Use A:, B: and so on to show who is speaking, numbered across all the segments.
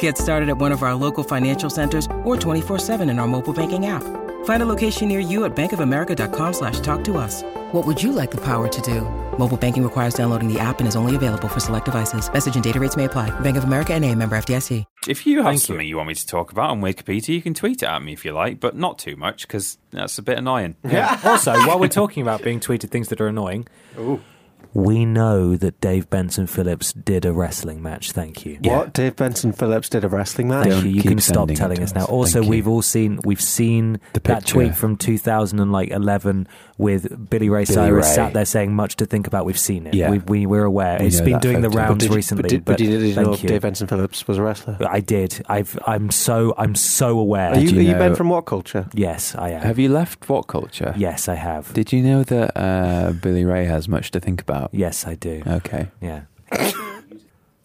A: Get started at one of our local financial centers or 24-7 in our mobile banking app. Find a location near you at bankofamerica.com slash talk to us. What would you like the power to do? Mobile banking requires downloading the app and is only available for select devices. Message and data rates may apply. Bank of America and a member FDIC.
B: If you have
C: Thank you.
B: something you. want me to talk about on Wikipedia, you can tweet it at me if you like, but not too much because that's a bit annoying.
C: Yeah. also, while we're talking about being tweeted things that are annoying, we know that Dave Benson Phillips did a wrestling match. Thank you.
D: What? Dave Benson Phillips did a wrestling match?
C: Thank you. You
E: keep
C: can stop
E: sending it
C: telling
E: to
C: us
E: us.
C: now. Also,
E: Thank you.
C: we've all seen we've seen
E: The
C: that
E: picture.
C: tweet from 2011 with Billy Ray Cyrus
E: Ray.
C: sat there saying much to think about. We've seen it.
E: Yeah.
C: We, we we're aware.
E: We
C: it's
E: know
C: been
E: that
C: doing the
E: photo. But
C: rounds
D: Did you-
C: recently.
D: but did, but you didn't know
C: thank you.
D: Dave Benson Phillips was a wrestler.
C: I did. I've I'm so I'm so aware.
D: Are you,
E: you
D: are you
E: know-
D: Ben from what culture?
C: Yes, I am.
E: Have you left what culture?
C: yes, I have.
E: Did you know that uh, Billy Ray has much to think about?
C: yes, I do.
E: Okay.
C: yeah.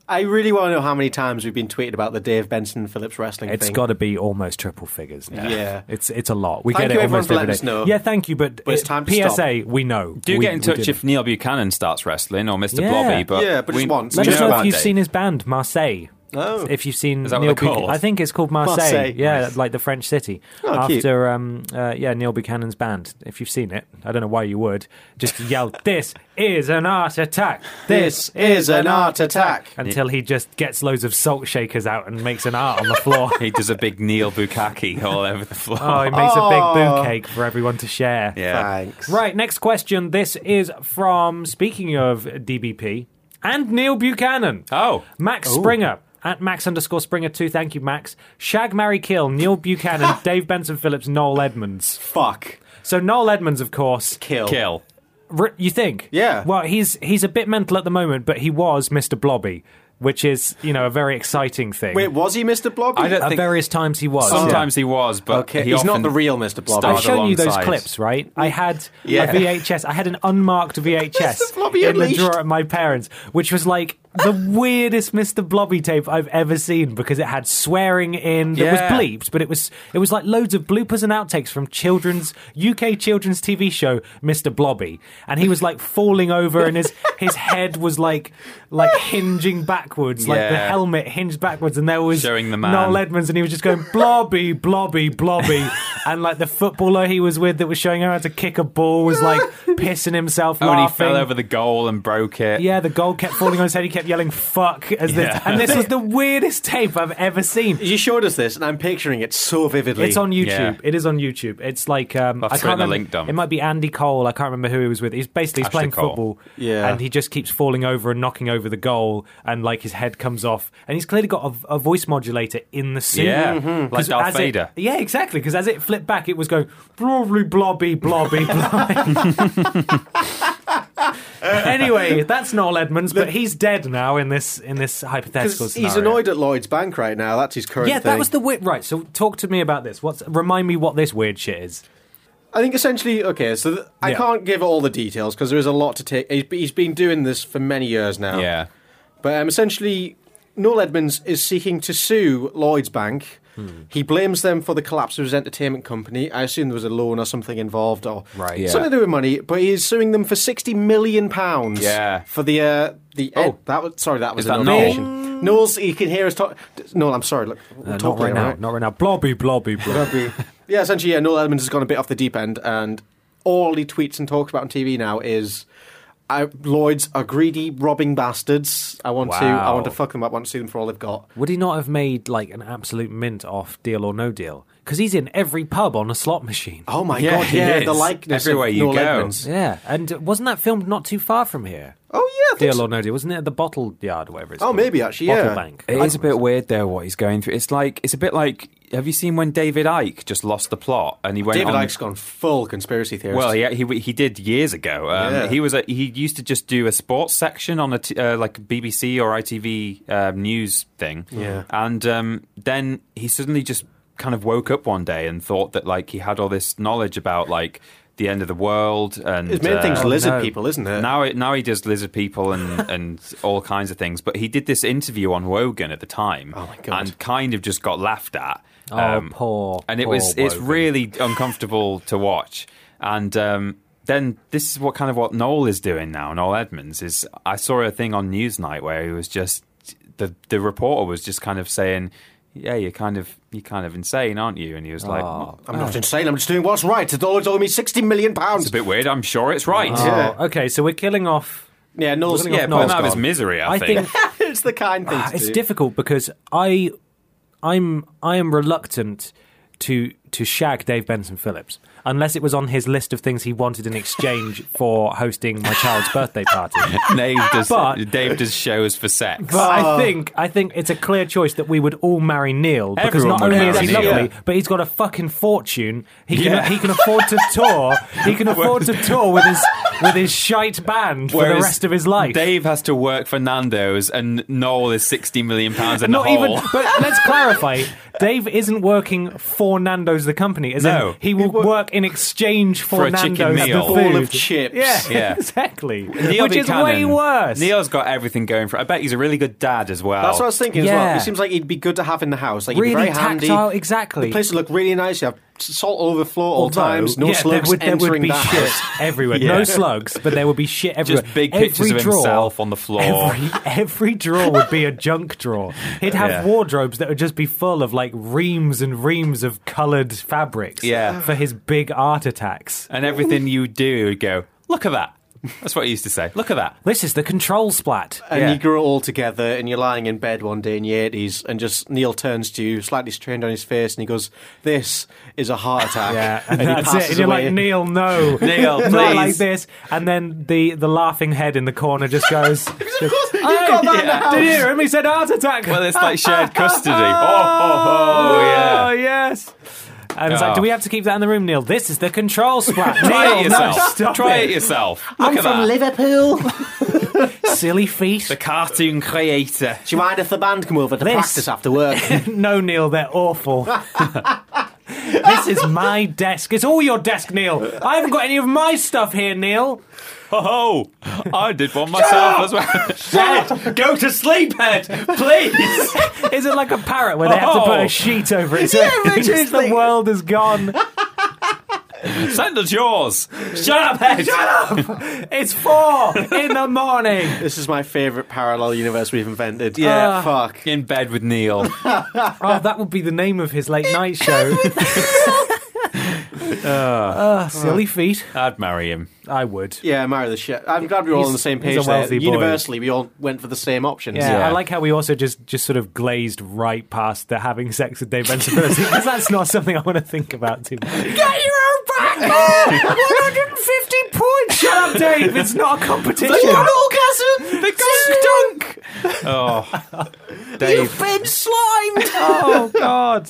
D: I really want to know how many times we've been tweeted about the Dave Benson Phillips wrestling
C: It's
D: thing.
C: got to be almost triple figures. Now.
D: Yeah.
C: it's it's a lot. We
D: Thank
C: get
D: you
C: it
D: everyone
C: almost
D: for
C: every
D: letting
C: day.
D: us know.
C: Yeah, thank you. But
D: But it's
C: uh,
D: time to
C: PSA,
D: stop.
C: we know.
B: Do
C: We-
B: get in
C: we
B: touch
C: did
B: if
C: it.
B: Neil Buchanan starts wrestling or Mr.
C: Yeah.
B: Blobby, but
D: Yeah, but just
B: we-
D: once.
B: we
C: Let
D: Do
C: us know
D: you know
C: if
B: about
C: you've
B: Dave.
C: seen his band Marseille.
D: Oh.
C: If you've seen
B: Is that what
C: Neil
B: they're called?
C: Buchanan, I think it's called Marseille.
D: Marseille.
C: Yeah, like the French city.
D: Oh,
C: After
D: cute.
C: um, uh, yeah, Neil Buchanan's band. If you've seen it, I don't know why you would. Just yell, "This is an art attack!
D: This is an art attack."
C: Until he just gets loads of salt shakers out and makes an art on the floor.
B: He does a big Neil Bukaki all over the floor.
C: Oh, he makes a big boo cake for everyone to share.
B: yeah.
D: Thanks.
C: Right, next question. This is from, speaking of DBP, and Neil Buchanan.
B: Oh.
C: Max Springer. At Max underscore Springer 2. Thank you, Max. Shag, Mary, Kill, Neil Buchanan, Dave Benson Phillips, Noel Edmonds.
D: Fuck.
C: So, Noel Edmonds, of course.
D: Kill.
B: Kill.
C: r- You think?
D: Yeah.
C: Well, he's he's a bit mental at the moment, but he was Mr. Blobby, which is, you know, a very exciting thing.
D: Wait, was he Mr. Blobby?
B: I don't
C: at
B: think
C: various times he
B: Oh,
C: was.
B: sometimes he was, but
D: okay,
B: he
D: he's
B: often
D: not the real Mr. Blobby.
B: starred
C: I've shown you those
B: alongside.
C: clips, right? I had
B: Yeah.
C: a VHS. I had an unmarked
D: Mr.
C: VHS
D: Blobby
C: in the
D: Unleashed.
C: drawer at my parents, which was like the weirdest Mr. Blobby tape I've ever seen because it had swearing in that
B: Yeah.
C: was bleeped, but it was it was like loads of bloopers and outtakes from children's UK children's TV show Mr. Blobby, and he was like falling over and his his head was like like hinging backwards, like the
B: Yeah.
C: helmet hinged backwards, and there was
B: Showing the man.
C: Noel Edmonds, and he was just going blobby, blobby, blobby, and like the footballer he was with that was showing him how to kick a ball was like pissing himself,
B: Oh, and he
C: laughing.
B: fell over the goal and broke it.
C: yeah, the goal kept falling on his head. He kept yelling "fuck" as
B: Yeah.
C: this, and this was the weirdest tape I've ever seen.
D: You showed us this, and I'm picturing it so vividly.
C: It's on YouTube.
B: Yeah.
C: It is on YouTube. It's like um,
B: I'll throw
C: I
B: in
C: can't
B: the
C: remember.
B: link, Dom.
C: It might be Andy Cole. I can't remember who he was with. He's basically he's
B: Ashley
C: playing
B: Cole.
C: football,
D: Yeah.
C: and he just keeps falling over and knocking over the goal, and like his head comes off, and he's clearly got a, a voice modulator in the suit,
B: Yeah. Mhm. Like
C: 'Cause
B: Darth
C: as it-
B: Vader.
C: yeah, exactly. Because as it flipped back, it was going blobby, blobby, blobby, blobby. anyway, that's Noel Edmonds, but he's dead now in this in this hypothetical
D: 'Cause
C: scenario.
D: he's annoyed at Lloyd's Bank right now. That's his current
C: Yeah,
D: thing.
C: that was the weird. Right, so talk to me about this. What's remind me what this weird shit is?
D: I think essentially, okay, so th- I
C: Yeah.
D: can't give all the details because there is a lot to take. He's, he's been doing this for many years now.
B: Yeah.
D: But um, essentially, Noel Edmonds is seeking to sue Lloyd's Bank.
B: Hmm.
D: He blames them for the collapse of his entertainment company. I assume there was a loan or something involved, or
C: Right. Yeah.
D: something to do with money. But he is suing them for sixty million pounds.
B: Yeah.
D: for the uh, the
B: Oh.
D: that was sorry that was
B: Is that
D: an
B: Noel?
D: ovation. Noel's you can hear us talk. Noel, I'm sorry. Look, we'll
C: Uh,
D: talk
C: not right
D: later,
C: now. Not right now. Blobby, blobby, blobby.
D: yeah, essentially, yeah, Noel Edmonds has gone a bit off the deep end, and all he tweets and talks about on TV now is. I, Lloyd's are greedy, robbing bastards. I want to, I
C: Wow.
D: want to fuck them up. I want to sue them for all they've got.
C: Would he not have made like an absolute mint off Deal or No Deal? because he's in every pub on a slot machine.
D: Oh my
B: Yeah,
D: god!
B: he
D: Yeah,
B: is.
D: the likeness
B: Everywhere
D: of
B: you
D: Noel
B: go.
D: Edmonds.
C: Yeah, and wasn't that filmed not too far from here?
D: Oh yeah, I think
C: Deal
D: so.
C: or no deal, wasn't it? At the bottle yard, or whatever it's
D: Oh,
C: called.
D: maybe, actually,
C: bottle
D: yeah.
C: bank.
B: It is a bit weird though what he's going through. It's like it's a bit like have you seen when David Icke just lost the plot and he went
D: David
B: on,
D: Icke's gone full conspiracy theorist.
B: Well, yeah, he he did years ago. Um,
D: Yeah.
B: He was a, he used to just do a sports section on a t- uh, like BBC or ITV um, news thing.
D: Yeah.
B: and um, then he suddenly just kind of woke up one day and thought that like he had all this knowledge about like the end of the world and uh,
D: His main thing's lizard
C: no.
D: people, isn't it?
B: now, it- now he does lizard people and, and all kinds of things. But he did this interview on Wogan at the time,
D: Oh, my God.
B: and kind of just got laughed at. Um,
C: Oh, poor,
B: And it
C: poor
B: was it's
C: Wogan.
B: really uncomfortable to watch. And um, then this is what kind of what Noel is doing now. Noel Edmonds is. I saw a thing on Newsnight where he was just the the reporter was just kind of saying. Yeah, you're kind of you're kind of insane, aren't you? And he was like,
D: I'm not insane. I'm just doing what's right. The dollar's owed me sixty million pounds.
B: Oh. "It's a bit weird. I'm sure it's right."
D: Yeah.
C: Oh, okay, so we're killing off.
D: yeah, Noel's
C: Wasn't he
B: yeah,
C: off
B: put him
C: Noel's
B: out of his
C: gone.
B: misery. I,
C: I think
D: it's the kind
B: Ah,
D: thing. to
C: Ah, it's
D: do.
C: difficult because I, I'm I am reluctant to to shag Dave Benson Phillips unless it was on his list of things he wanted in exchange for hosting my child's birthday party.
B: Dave does,
C: But-
B: Dave does shows for sex.
C: But I think I think it's a clear choice that we would all marry Neil because
B: Everyone
C: not
B: would
C: only is
B: marry
C: he
B: Neil.
C: lovely, but he's got a fucking fortune. He can
B: Yeah.
C: he can afford to tour. He can afford to tour with his with his shite band for the
B: Whereas
C: rest of his life.
B: Dave has to work for Nando's, and Noel is sixty million pounds in
C: not
B: the hole.
C: even. But let's clarify. Dave isn't working for Nando's the company. As
B: No.
C: in he will work in exchange for,
B: For a chicken meal.
C: Nando's the
B: A
D: Bowl
C: food.
D: of chips.
C: Yeah,
B: Yeah.
C: exactly.
B: Neil
C: Which is
B: Buchanan.
C: way worse.
B: Neil's got everything going for. I bet he's a really good dad as well.
D: That's what I was thinking as well.
C: Yeah.
D: He seems like he'd be good to have in the house. Like he'd
C: Really
D: be very handy.
C: tactile, exactly.
D: The place would look really nice. You have salt all over the floor at all
C: Although,
D: times. No
C: yeah,
D: slugs
C: there would, there
D: entering
C: would be
D: that
C: shit
D: house.
C: everywhere. No slugs, but there would be shit everywhere.
B: Just big pictures
C: Every
B: of
C: drawer-
B: himself on the floor.
C: Every, every drawer would be a junk drawer. He'd have
B: Yeah.
C: wardrobes that would just be full of like reams and reams of coloured fabrics
B: Yeah.
C: for his big art attacks.
B: and everything you do, you go, look at that. That's what he used to say. Look at that.
C: This is the control splat.
D: And
B: Yeah.
D: you grow all together, and you're lying in bed one day in your 80s, and just Neil turns to you, slightly strained on his face, and he goes, "This is a heart attack."
C: Yeah, and,
D: and he
C: that's it.
D: passes
C: And you're
D: away.
C: like, Neil, no,
B: Neil,
C: not
B: please.
C: like this. And then the the laughing head in the corner just goes.
D: course, you've
C: "Hey,
D: got that in the house."
C: Did you hear him? He said heart attack.
B: Well, it's like shared custody. Oh, ho, ho,
C: Oh,
B: yeah.
C: yes. And it's like,
B: Oh.
C: do we have to keep that in the room, Neil? This is the control splat.
B: Try
C: Neil,
B: it
C: No,
B: yourself.
C: stop
B: Try
C: it.
B: it yourself. Look at that.
D: Liverpool.
C: Silly feet.
B: The cartoon creator.
D: Do you mind if the band come over to
C: This-
D: practice after work?
C: no, Neil, they're awful. this is my desk. It's all your desk, Neil. I haven't got any of my stuff here, Neil.
B: Oh, I did one myself as well. Head, go to sleep, Head, please.
C: Is it like a parrot where they have to put a sheet over it? So
D: Yeah,
C: it thinks
D: literally.
C: the world is gone.
B: Send us yours. Shut up, Head. Shut up.
C: It's four in the morning.
D: this is my favourite parallel universe we've invented. Yeah, fuck.
B: In bed with Neil.
C: Oh, that would be the name of his late night show. Ah, silly feet.
B: I'd marry him.
C: I would.
D: Yeah, marry the shit. I'm glad we're all
C: He's-
D: on the same
C: he's
D: page
C: a
D: there.
C: wealthy boy.
D: Universally, we all went for the same options.
C: Yeah,
B: Yeah.
C: I like how we also just just sort of glazed right past the having sex with Dave Benson because that's not something I want to think about too much. Get your own back 150 points! Shut up, Dave! It's not a competition!
D: orgasm! The dunk!
B: Oh, Dave.
D: been slimed!
C: Oh, God.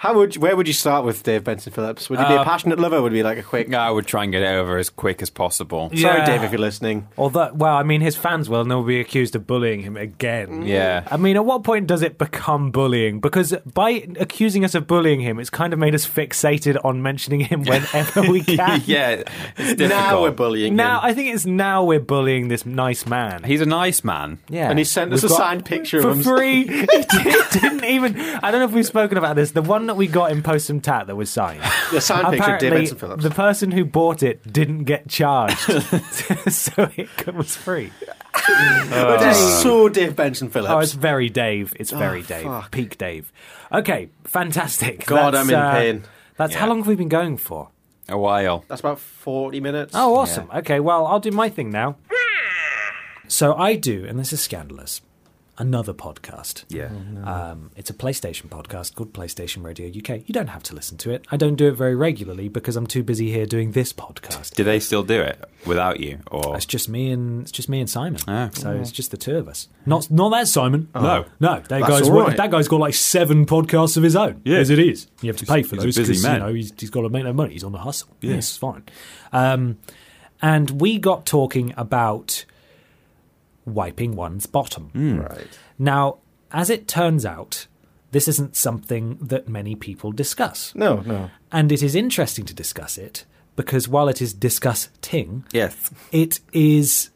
D: How would you, where would you start with Dave Benson Phillips? Would you
C: Uh,
D: be a passionate lover? Would it be like a quick.
B: I would try and get it over as quick as possible.
D: Sorry,
C: Yeah.
D: Dave, if you're listening.
C: Although, well, I mean, his fans will and they'll be accused of bullying him again.
B: Yeah.
C: I mean, at what point does it become bullying? Because by accusing us of bullying him, it's kind of made us fixated on mentioning him whenever we can.
B: yeah, it's difficult.
D: Now we're bullying
C: Now,
D: him.
C: I think it's now we're bullying this nice man.
B: He's a nice man.
C: Yeah,
D: And he sent us
C: We've
D: a
C: got-
D: signed picture
C: for
D: of him.
C: free. he did, didn't even. I don't know if we've spoken about this. The one that we got in Post Some Tat that was signed.
D: The signed picture of
C: Apparently,
D: Dave Benson Phillips.
C: the person who bought it didn't get charged, so it was free.
D: That is so Dave Benson Phillips.
C: Oh, it's very Dave. It's very Dave.
D: Oh, fuck.
C: Peak Dave. Okay, fantastic.
D: God, I'm in pain.
C: That's how
B: Yeah.
C: long have we been going for?
B: A while.
D: That's about 40 minutes.
C: Oh, awesome. Okay, well, I'll do my thing now. So I do, and this is scandalous. another podcast.
B: Yeah.
C: Um, it's a PlayStation podcast called PlayStation Radio UK. You don't have to listen to it. I don't do it very regularly because I'm too busy here doing this podcast.
B: Do they still do it without you? Or
C: It's just me and it's just me and Simon.
B: Ah.
C: So it's just the two of us. Not not that Simon.
B: No.
C: no. That
D: That's
C: guy's
D: all
C: wor-
D: right.
C: that guy's got like seven podcasts of his own.
B: Yeah.
C: as it is, you have to pay for
B: he's a
C: those
B: busy
C: 'cause,
B: man.
C: you know he's, he's got to make that money. He's on the hustle. Yes, it's fine. Um, and we got talking about wiping one's bottom.
B: Hmm.
D: Right.
C: Now, as it turns out, this isn't something that many people discuss.
D: No, no.
C: And it is interesting to discuss it because while it is discussing,
B: yes,
C: it is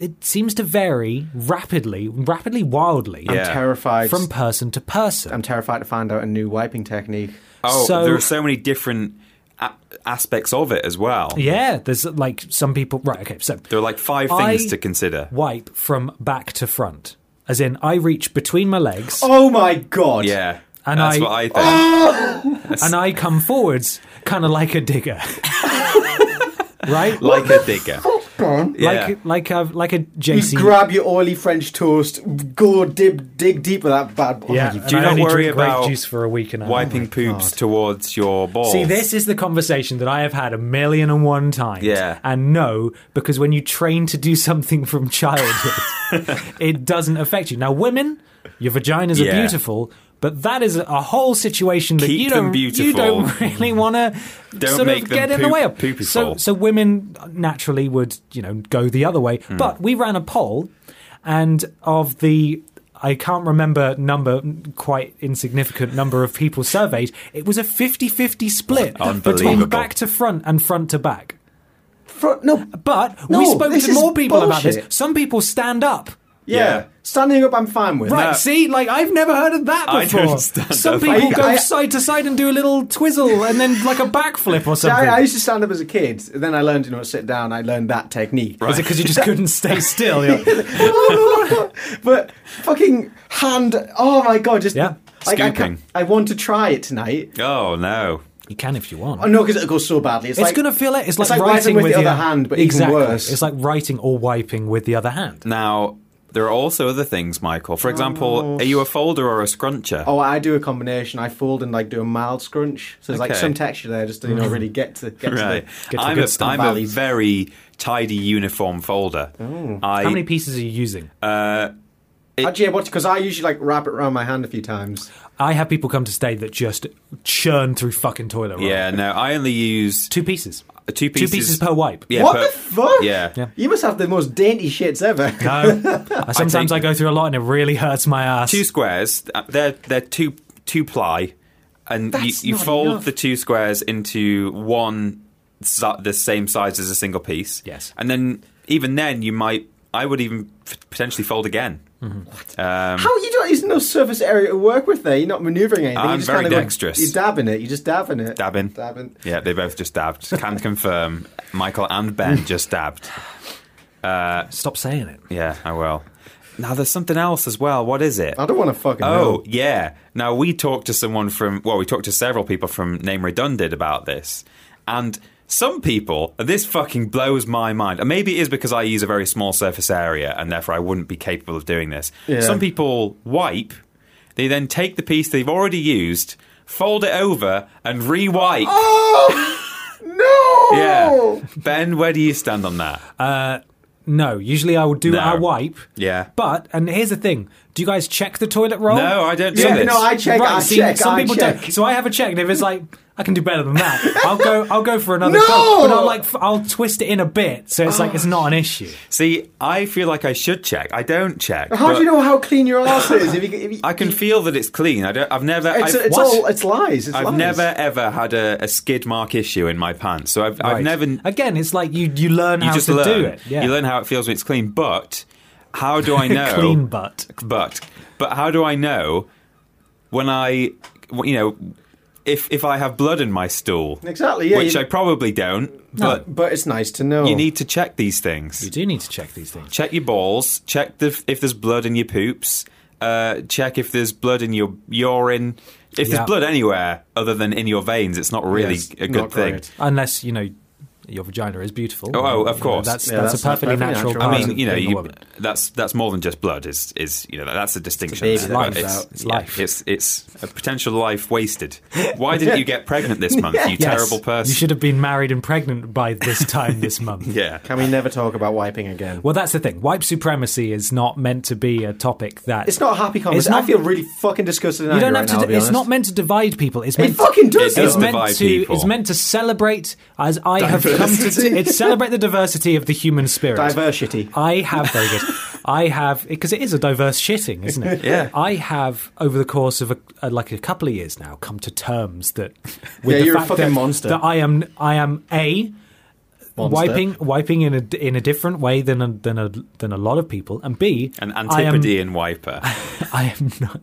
C: it seems to vary rapidly, rapidly wildly
B: Yeah.
D: I'm terrified.
C: from person to person.
D: I'm terrified to find out a new wiping technique.
B: Oh,
C: So-
B: there are so many different a- aspects of it as well.
C: yeah, there's like some people right, okay, so
B: There are like five
C: I
B: things to consider.
C: wipe from back to front. As in I reach between my legs
D: Oh my god.
B: Yeah,
C: And
B: that's
C: I- Oh!
B: what I think.
C: and I come forwards kinda like a digger. right?
B: Like a digger.
C: Oh
B: Yeah.
C: Like like a like a
D: You
C: JC
D: grab your oily French toast, go dip, dig deep with that bad boy.
C: Yeah,
D: You
C: and
B: do
C: I
B: not
C: only
B: worry
C: drink grape
B: about
C: juice for a week and a half.
B: wiping poops towards your balls.
C: See, this is the conversation that I have had a million and one times.
B: Yeah.
C: And no, because when you train to do something from childhood, it doesn't affect you. Now, women, your vaginas are
B: Yeah.
C: beautiful, but that is a whole situation that
B: Keep
C: you
B: them
C: don't you
B: beautiful.
C: don't really want to
B: Don't
C: sort
B: make
C: of
B: them
C: get in the
B: poop-
C: way of.
B: poopy
C: so,
B: full.
C: so women naturally would you know go the other way.
B: Hmm.
C: But we ran a poll, and of the. I can't remember number quite insignificant number of people surveyed. It was a 50-50 split between
B: Unbelievable.
C: back to front and front to back.
D: Fr- no.
C: But we
D: No,
C: spoke
D: this
C: to
D: is
C: more people about this.
D: bullshit.
C: Some people stand up.
D: Yeah.
B: Yeah.
D: Standing up, I'm fine with.
C: Right,
B: No.
C: see, like I've never heard of that
B: I
C: before.
B: don't stand
C: Some
B: up.
C: people
D: I-
C: go
D: I-
C: side to side and do a little twizzle and then like a backflip or
D: See,
C: something.
D: I, I used to stand up as a kid, then I learned, you know, sit down. I learned that technique.
C: Is it because you just couldn't stay still? You're like,
D: But fucking hand. Oh my god! Just
C: Yeah.
D: Like, I,
B: Scooping.
D: ca- I want to try it tonight.
B: Oh no!
C: you can if you want.
D: Oh no, because it goes so badly. It's,
C: it's
D: like,
C: gonna feel it. It's like,
D: like
C: writing
D: writing with the
C: your-
D: other hand, but even
C: exactly.
D: worse.
C: It's like writing or wiping with the other hand.
B: Now there are also other things, Michael. For example,
C: Oh.
B: are you a folder or a scruncher?
D: Oh, I do a combination. I fold and like do a mild scrunch. So there's like
B: Okay.
D: some texture there, just to you know really get to get
B: right.
D: to
C: Get to the
B: I'm,
C: good
B: a,
C: stuff.
B: I'm a
D: Valleys.
B: very tidy uniform folder. I,
C: Oh. How many pieces are you using?
D: the. Actually, I watch because I usually like wrap it around my hand a few times.
C: I have people come to stay that just churn through fucking toilet roll.
B: Yeah, no, I only use
C: Two pieces.
B: two pieces.
C: Two pieces per wipe.
B: Yeah,
D: what
B: per-
D: the fuck?
B: Yeah. Yeah.
D: You must have the most dainty shits ever.
C: No. I- sometimes I,
B: take-
C: go through a lot and it really hurts my ass.
B: two squares. uh, They're they're two two ply, and you,
D: That's
B: you
D: not
B: fold
D: enough.
B: the two squares into one si- the same size as a single piece.
C: Yes.
B: and then even then you might. I would even f- potentially fold again. Um,
D: How you don't? There's no surface area to work with there. You're not maneuvering anything.
B: I'm
D: you're just
B: very
D: kind of
B: dexterous.
D: Like, you're dabbing it. You're just dabbing it.
B: dabbing,
D: Dabbing.
B: Yeah, they both just dabbed. Can confirm. Michael and Ben just dabbed.
C: Stop saying it.
B: Yeah, I will. Now there's something else as well. What is it?
D: I don't want to fucking.
B: Oh,
D: know.
B: yeah. Now, we talked to someone from, well, we talked to several people from Name Redundant about this. And some people, and this fucking blows my mind. And maybe it is because I use a very small surface area and therefore I wouldn't be capable of doing this.
D: Yeah.
B: Some people wipe, they then take the piece they've already used, fold it over, and re wipe.
D: Oh! no.
B: Yeah. Ben, where do you stand on that?
C: No, usually I will do
B: No.
C: our wipe.
B: Yeah.
C: But and here's the thing: Do you guys check the toilet roll?
B: No, I don't do
D: Yeah,
B: this.
D: no, I check.
C: right,
D: I
C: see,
D: check.
C: some
D: I
C: people
D: check.
C: don't. So I have a check, and if it's like I can do better than that, I'll go. I'll go for another.
D: No!
C: go. but I'll like f- I'll twist it in a bit, so it's like it's not an issue.
B: See, I feel like I should check. I don't check.
D: How
B: but
D: do you know how clean your ass is? If you, if you,
B: I can feel that it's clean. I don't, I've never.
D: It's,
B: I've,
D: it's
B: What?
D: all. It's lies. It's
B: I've
D: lies.
B: never ever had a, a skid mark issue in my pants, so I've, I've
C: Right.
B: never. You
C: Again, it's like you you learn how
B: just
C: to
B: learn.
C: do it. Yeah.
B: You learn how it feels when it's clean. But how do I know?
C: Clean butt.
B: But but how do I know when I you know if if I have blood in my stool?
D: Exactly, yeah,
B: which
D: you-
B: I probably don't. But
D: But it's nice to know.
C: Oh.
B: you need to check these things.
C: You do need to check these things.
B: Check your balls. Check the, if there's blood in your poops. Uh, check if there's blood in your urine. If
C: Yeah.
B: there's blood anywhere other than in your veins, it's not really
D: Yes,
B: a good
D: not
B: thing.
D: great.
C: Unless you know your vagina is beautiful.
B: Oh, oh, of
C: You know,
B: course.
C: that's,
D: Yeah,
C: that's,
D: that's
C: a perfectly
D: perfectly
C: natural.
D: natural.
C: part
B: I
C: of
B: mean, you know,
C: being a
B: you,
C: woman.
B: that's that's more than just blood. Is is you know that, that's a distinction.
D: baby that
B: But
D: comes
B: it's,
D: out.
C: It's life.
B: It's it's a potential life wasted. Why didn't you get pregnant this month? You terrible person.
C: You should have been married and pregnant by this time this month.
B: Yeah.
D: Can we never talk about wiping again?
C: Well, that's the thing. Wipe supremacy is not meant to be a topic that
D: It's not a happy conversation.
C: not-
D: I feel really fucking disgusted.
C: You don't have to.
D: Now, to
C: it's not meant to divide people. It's meant.
D: fucking does,
B: It does
C: It's meant
B: divide
C: to.
B: people.
C: It's meant to celebrate as I have come to.
D: Diversity.
C: It's celebrate the diversity of the human spirit.
D: diversity.
C: I have very good. I have because it is a diverse shitting, isn't it?
B: Yeah.
C: I have over the course of a, uh like a couple of years now come to terms that with
D: Yeah,
C: the
D: you're a
C: fact
D: fucking
C: that,
D: monster.
C: that I am I am a
D: Monster.
C: wiping wiping in a in a different way than a, than a than a lot of people, and B
B: An
C: I am-
B: antipodean wiper.
C: I am not.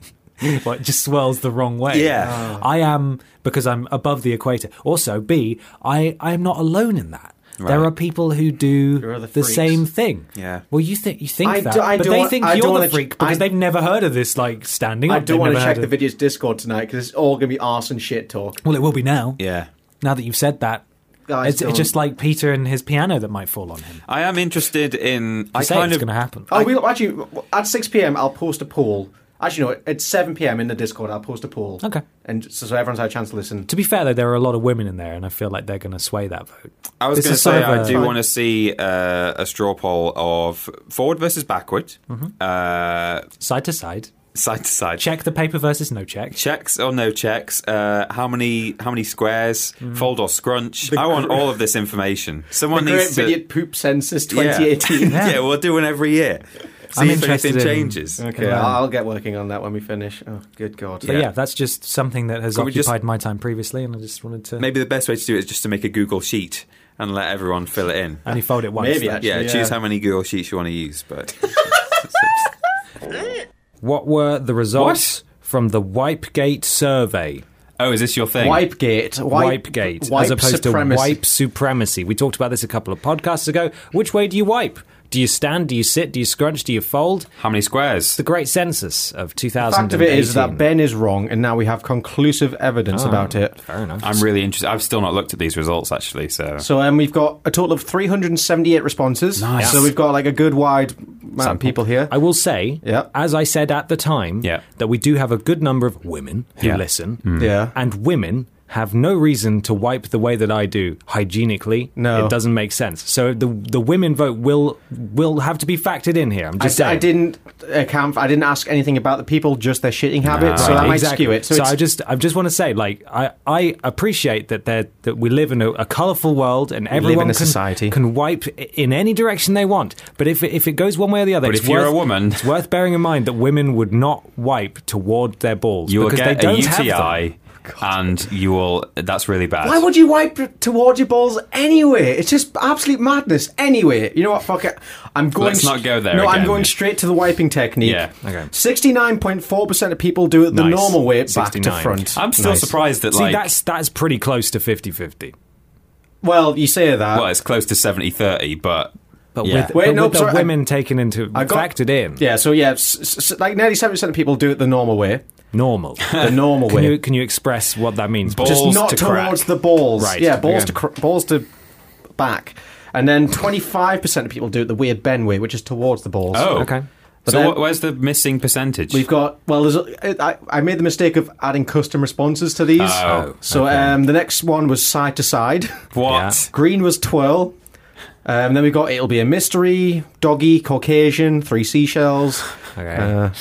C: Well, it just swirls the wrong way.
B: Yeah.
C: I am because I'm above the equator. Also, B, I I am not alone in that. There
B: Right.
C: are people who do
D: You're the
C: the
D: freaks.
C: same thing.
B: Yeah.
C: Well, you think you think
D: I
C: that,
D: do- I
C: but
D: don't
C: they
D: want-
C: think
D: I don't
C: you're the
D: wanna ch-
C: freak because
D: I-
C: they've never heard of this like standing up.
D: I don't
C: They've
D: want to
C: never
D: check
C: heard
D: the
C: of-
D: video's Discord tonight because it's all going to be arse and shit talk.
C: Well, it will be now.
B: yeah.
C: Now that you've said that,
D: Guys,
C: it's, it's
D: don't.
C: just like Peter and his piano that might fall on him.
B: I am interested in.
C: I
B: I
C: say
B: kind
C: it's
B: of.
C: going to happen.
D: Oh, we'll actually at six pm. I'll post a poll. Actually, no, at seven pm in the Discord, I'll post a poll.
C: Okay.
D: and so, so everyone's had a chance to listen.
C: to be fair, though, there are a lot of women in there, and I feel like they're going to sway that vote.
B: I was
C: This
B: going to
C: is sort
B: say
C: of
B: I
C: a-
B: do want to see uh, a straw poll of forward versus backward, uh,
C: Side to side,
B: side to side.
C: check the paper versus no check.
B: Checks or no checks? Uh, how many? How many squares? Fold or scrunch? I want all of this information. Someone
D: Great
C: uh,
B: needs to.
D: video poop census
B: Yeah.
D: 2018.
B: yeah. we'll do one every year. See
C: I'm
B: if
C: interested
B: anything
C: in-
B: changes.
D: Okay, I'll I'll get working on that when we finish. Oh, good god!
C: But um, yeah. that's just something that has
B: Can we
C: occupied
B: just-
C: my time previously, and I just wanted to
B: Maybe the best way to do it is just to make a Google sheet and let everyone fill it in.
C: only fold it once.
D: Maybe,
C: though.
D: actually.
B: yeah, choose
D: yeah.
B: how many Google sheets you want to use. But
C: What were the results from the Wipegate survey?
B: oh, is this your thing?
D: Wipegate, wipe,
C: Wipegate,
D: wipe
C: as opposed
D: supremacy.
C: to wipe supremacy. We talked about this a couple of podcasts ago. Which way do you wipe? Do you stand? Do you sit? Do you scrunch? Do you fold?
B: How many squares?
C: The Great Census of
D: The
C: 2018.
D: fact of it is that Ben is wrong, and now we have conclusive
C: Ah.
D: evidence about it.
C: Fair enough.
B: I'm really interested. I've still not looked at these results actually, so
D: So um, we've got a total of 378 responses.
B: Nice.
D: So we've got like a good wide amount of people here.
C: I will say,
D: Yeah.
C: as I said at the time,
B: Yeah.
C: that we do have a good number of women who
B: Yeah. Hmm.
C: listen.
D: Yeah.
C: And women have no reason to wipe the way that I do hygienically.
D: No.
C: It doesn't make sense. So the the women vote will will have to be factored in here. I'm
D: I,
C: just saying.
D: I didn't account. I didn't ask anything about the people, just their shitting habits. so
C: Right,
D: that might
C: exactly.
D: skew it. So,
C: So,
D: it's,
C: I just I just want to say, like, I, I appreciate that there that we live in a, a colourful world and
D: live
C: everyone
D: in a
C: can,
D: society.
C: can wipe i- in any direction they want. But if it- if it goes one way or the other,
B: But
C: it's
B: if you're
C: worth,
B: a woman-
C: it's worth bearing in mind that women would not wipe toward their balls
B: you will
C: because
B: get
C: they
B: a
C: don't have them.
B: UTI, and you will. That's really bad.
D: why would you wipe towards your balls anyway? It's just absolute madness. Anyway, you know what? Fuck it. I'm going.
B: Let's not go there
D: No, I'm
B: again.
D: going straight to the wiping technique.
B: Yeah.
C: Okay.
D: Sixty-nine point four percent of people do it the
C: Nice.
D: normal way, back
C: 69.
D: to front.
B: I'm still
D: Nice.
B: surprised that
C: See,
B: like
C: that's that's pretty close to 50-50.
D: Well, you say that.
B: well, it's close to 70-30, but
C: But
B: Yeah.
C: with,
D: Wait,
C: but
D: no,
C: with the
D: sorry, I-
C: women taken into
D: I got-
C: factored in,
D: Yeah. So yeah, s- s- s- like ninety-seven percent of people do it the normal way.
C: normal.
D: The normal
C: Can
D: way.
C: you can you express what that means?
B: Balls
D: just not
C: to crack.
D: towards the balls.
C: Right,
D: Yeah, balls
C: okay.
D: to cr- balls to back, and then twenty five percent of people do it the weird Ben way, which is towards the balls.
B: oh,
C: Okay.
D: But
B: so
D: then-
B: wh- where's the missing percentage?
D: We've got well. There's a, I, I made the mistake of adding custom responses to these.
B: Oh,
D: so um, the next one was side to side.
B: what?
D: Green was twirl. Um, then we got it'll be a mystery. Doggy, Caucasian, three seashells.
C: Okay.
D: Uh,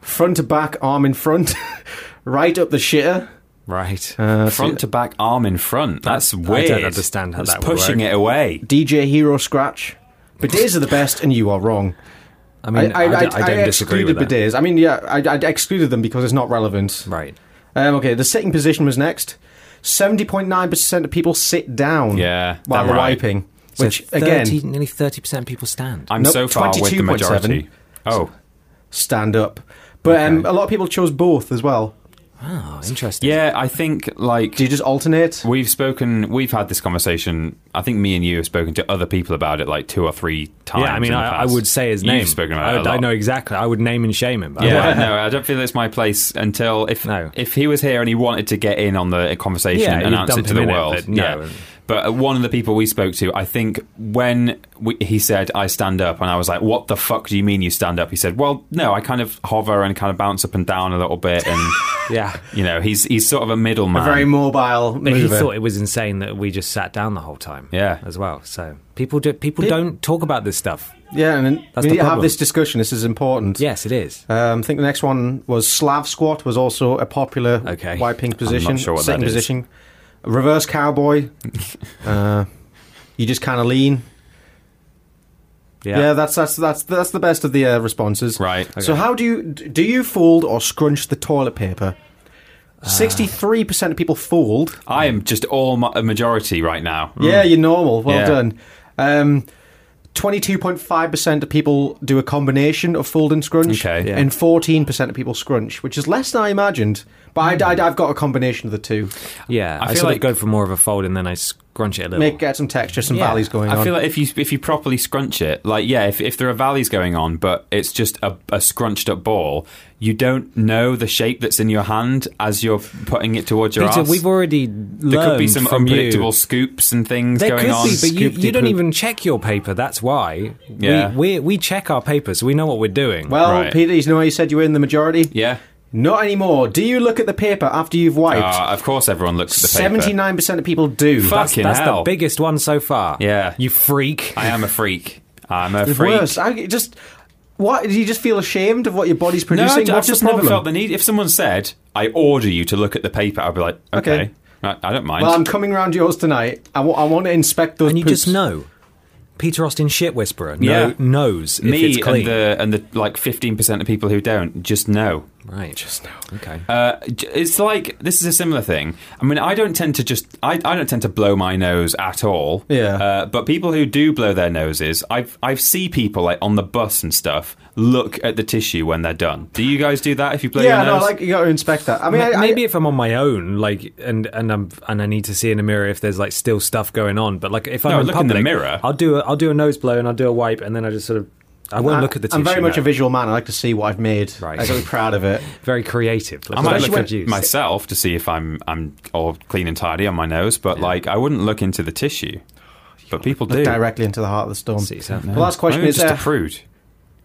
D: front to back, arm in front. right up the shitter.
C: right.
B: Front to back, arm in front. That's
C: don't
B: weird.
C: understand how
B: That's
C: that would
B: pushing
C: work.
B: it away.
D: DJ Hero Scratch. Bidets are the best, and you are wrong.
C: I mean, I, d- I don't disagree with
D: excluded
C: that.
D: bidets. I mean, yeah, I, I excluded them because it's not relevant.
C: Right.
D: Um, okay, the sitting position was next. Seventy point nine percent of people sit down.
B: Yeah,
D: while
B: that
D: they're
B: right.
D: wiping,
C: So
D: which
C: 30
D: again,
C: nearly thirty percent of people stand.
B: I'm
D: Nope,
B: so far with the
D: 22.7.
B: majority. Oh,
D: stand up. But um, a lot of people chose both as well.
C: oh, interesting.
B: yeah. I think like
D: Do you just alternate?
B: We've spoken. We've had this conversation. I think me and you have spoken to other people about it like two or three times.
C: Yeah, I mean,
B: in the
C: I, I
B: past.
C: would say his
B: You've
C: name.
B: spoken about
C: I,
B: it
C: would-
B: a
C: I
B: lot.
C: know exactly. I would name and shame him. I
B: Yeah,
C: wouldn't.
B: no, I don't feel it's my place until if
C: No.
B: if he was here and he wanted to get in on the conversation
C: Yeah,
B: and
C: you'd
B: announce
C: dump
B: it to
C: him
B: the
C: in it,
B: world.
C: but no.
B: yeah. But uh, one of the people we spoke to, I think when we, he said, I stand up, and I was like, what the fuck do you mean you stand up? He said, well, no, I kind of hover and kind of bounce up and down a little bit. And,
C: Yeah.
B: you know, he's he's sort of a middleman.
D: A very mobile
C: But he
D: mover.
C: thought it was insane that we just sat down the whole time.
B: Yeah.
C: As well. So people do, people don't talk about this stuff.
D: yeah, and then
C: That's
D: we
C: the
D: need to have
C: problem.
D: this discussion. This is important.
C: Yes, it is.
D: Um, I think the next one was Slav squat was also a popular
C: Okay.
D: white pink position.
B: sure what
D: second
B: that is.
D: position. Reverse cowboy. uh, you just kind of lean.
C: Yeah.
D: Yeah. that's that's that's that's the best of the uh, responses.
B: Right.
D: So how do you do you fold or scrunch the toilet paper?
B: Uh.
D: Sixty three percent of people fold.
B: I am just all ma- a majority right now.
D: Yeah, you're normal. Well
B: Mm. Yeah.
D: done. Um, 22.5% of people do a combination of fold and scrunch,
B: Okay. Yeah.
D: and 14% of people scrunch, which is less than I imagined.
B: Hmm.
D: But I, have got a combination of the two.
C: Yeah.
B: I
C: I,
B: feel
C: sort
B: like-
C: of go for more of a fold and then I scrunch it a little.
D: Make get some texture, some valleys going
B: I
D: on.
B: feel like if you if you properly scrunch it, like yeah, if, if there are valleys going on, but it's just a, a scrunched up ball, you don't know the shape that's in your hand as you're putting it towards your
C: Peter,
B: ass.
C: we've already learned
B: there could be some
C: from you-
B: unpredictable scoops and things
C: There
B: going
C: could
B: on.
C: be, but you, you don't
B: Scoop-de-poop.
C: even check your paper. That's why
B: Yeah.
C: we, we we check our paper, so we know what we're doing.
D: well,
B: Right.
D: Peter, you know how you said you were in the majority?
B: Yeah,
D: Not anymore. Do you look at the paper after you've wiped?
B: Uh, of course everyone looks at the paper.
D: 79% of people do.
B: Fuck.
C: that's,
B: fucking
C: that's
B: hell.
C: the biggest one so far.
B: Yeah.
C: you freak.
B: I am a freak. I'm a
D: It's
B: freak.
D: worse. I it just. What? Do you just feel ashamed of what your body's
B: No, I,
D: producing?
B: have
D: What's the
B: just never
D: problem?
B: felt the need. If someone said, "I order you to look at the paper," I'd be like, "Okay,
D: Okay.
B: I, I don't mind."
D: Well, I'm coming round yours tonight. I want to inspect those.
C: and you
D: poops.
C: just know, Peter Austin shit whisperer.
B: Yeah.
C: No, knows
B: me
C: if it's
B: and
C: clean.
B: the and the like 15 percent of people who don't just know.
C: right, just know. Okay.
B: Uh, j- it's like this is a similar thing. I mean, I don't tend to just I, I don't tend to blow my nose at all.
D: Yeah.
B: Uh, but people who do blow their noses, I've I've see people like on the bus and stuff look at the tissue when they're done. Do you guys do that if you blow
D: Yeah,
B: your
D: no,
B: nose?
D: like you got to inspect that. I mean, I- I-
C: Maybe if I'm on my own, like, and and I'm and I need to see in a mirror if there's like still stuff going on. But like, if I'm
B: No,
C: in
B: look in the
C: public,
B: mirror.
C: I'll do a, I'll do a nose blow and I'll do a wipe, and then I just sort of I won't
D: I-
C: look at the.
D: I'm very
C: tissue,
D: much
C: no.
D: a visual man. I like to see what I've made.
C: Right.
D: I'm very proud of it.
C: very creative.
B: I might
C: Especially
B: look
C: when-
B: at myself to see if I'm I'm all clean and tidy on my nose, but like I wouldn't look into the tissue. But people do.
D: Directly into the heart of the storm.
C: See yourself.
D: The last question
B: Maybe
D: is:
B: just
D: uh,
B: a prude.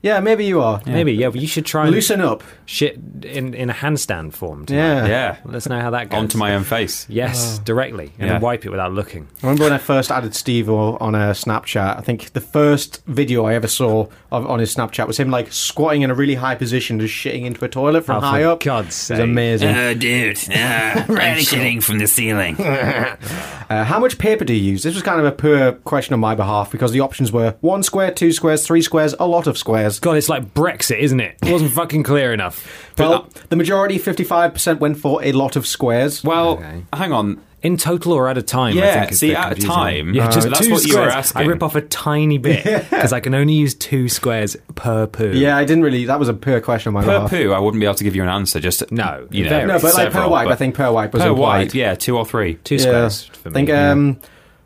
D: Yeah, maybe you are.
C: Maybe yeah, but you should try and
D: Loosen up.
C: shit in in a handstand form. tonight.
D: Yeah. Oh.
B: Yeah,
C: Let's know how that goes.
B: onto my own face.
C: yes directly and
B: Yeah.
C: then wipe it without looking.
D: I remember when I first added Steve o- on a Snapchat. I think the first video I ever saw of, on his Snapchat was him like squatting in a really high position, just shitting into a toilet from
C: Oh, for
D: high up.
C: God's sake.
D: it was amazing.
F: Oh, dude. Ah, I'm shitting from the ceiling.
D: Uh, how much paper do you use? This was kind of a poor question on my behalf because the options were one square, two squares, three squares, a lot of squares.
C: God, it's like Brexit, isn't it? It wasn't fucking clear enough.
D: Well, the majority, 55%, went for a lot of squares.
B: Well, hang on.
C: In total or at a time? I
B: Yeah,
C: think is
B: see,
C: the
B: at a
C: confusing
B: time.
C: one. Yeah,
B: Oh,
C: just
B: that's
C: two
B: what you were
C: squares. I
B: asking.
C: rip off a tiny bit because I can only use two squares per poo.
D: yeah, I didn't really. That was a poor question on my
B: Per
D: behalf.
B: poo, I wouldn't be able to give you an answer. Just
C: No,
B: you know,
C: it varies.
D: No, but like per
B: several,
D: wipe,
B: but-
D: I think per wipe was
B: per
D: implied.
B: wipe, yeah, two or three.
C: two
D: Yeah.
C: squares for
D: I
C: me.
D: think um,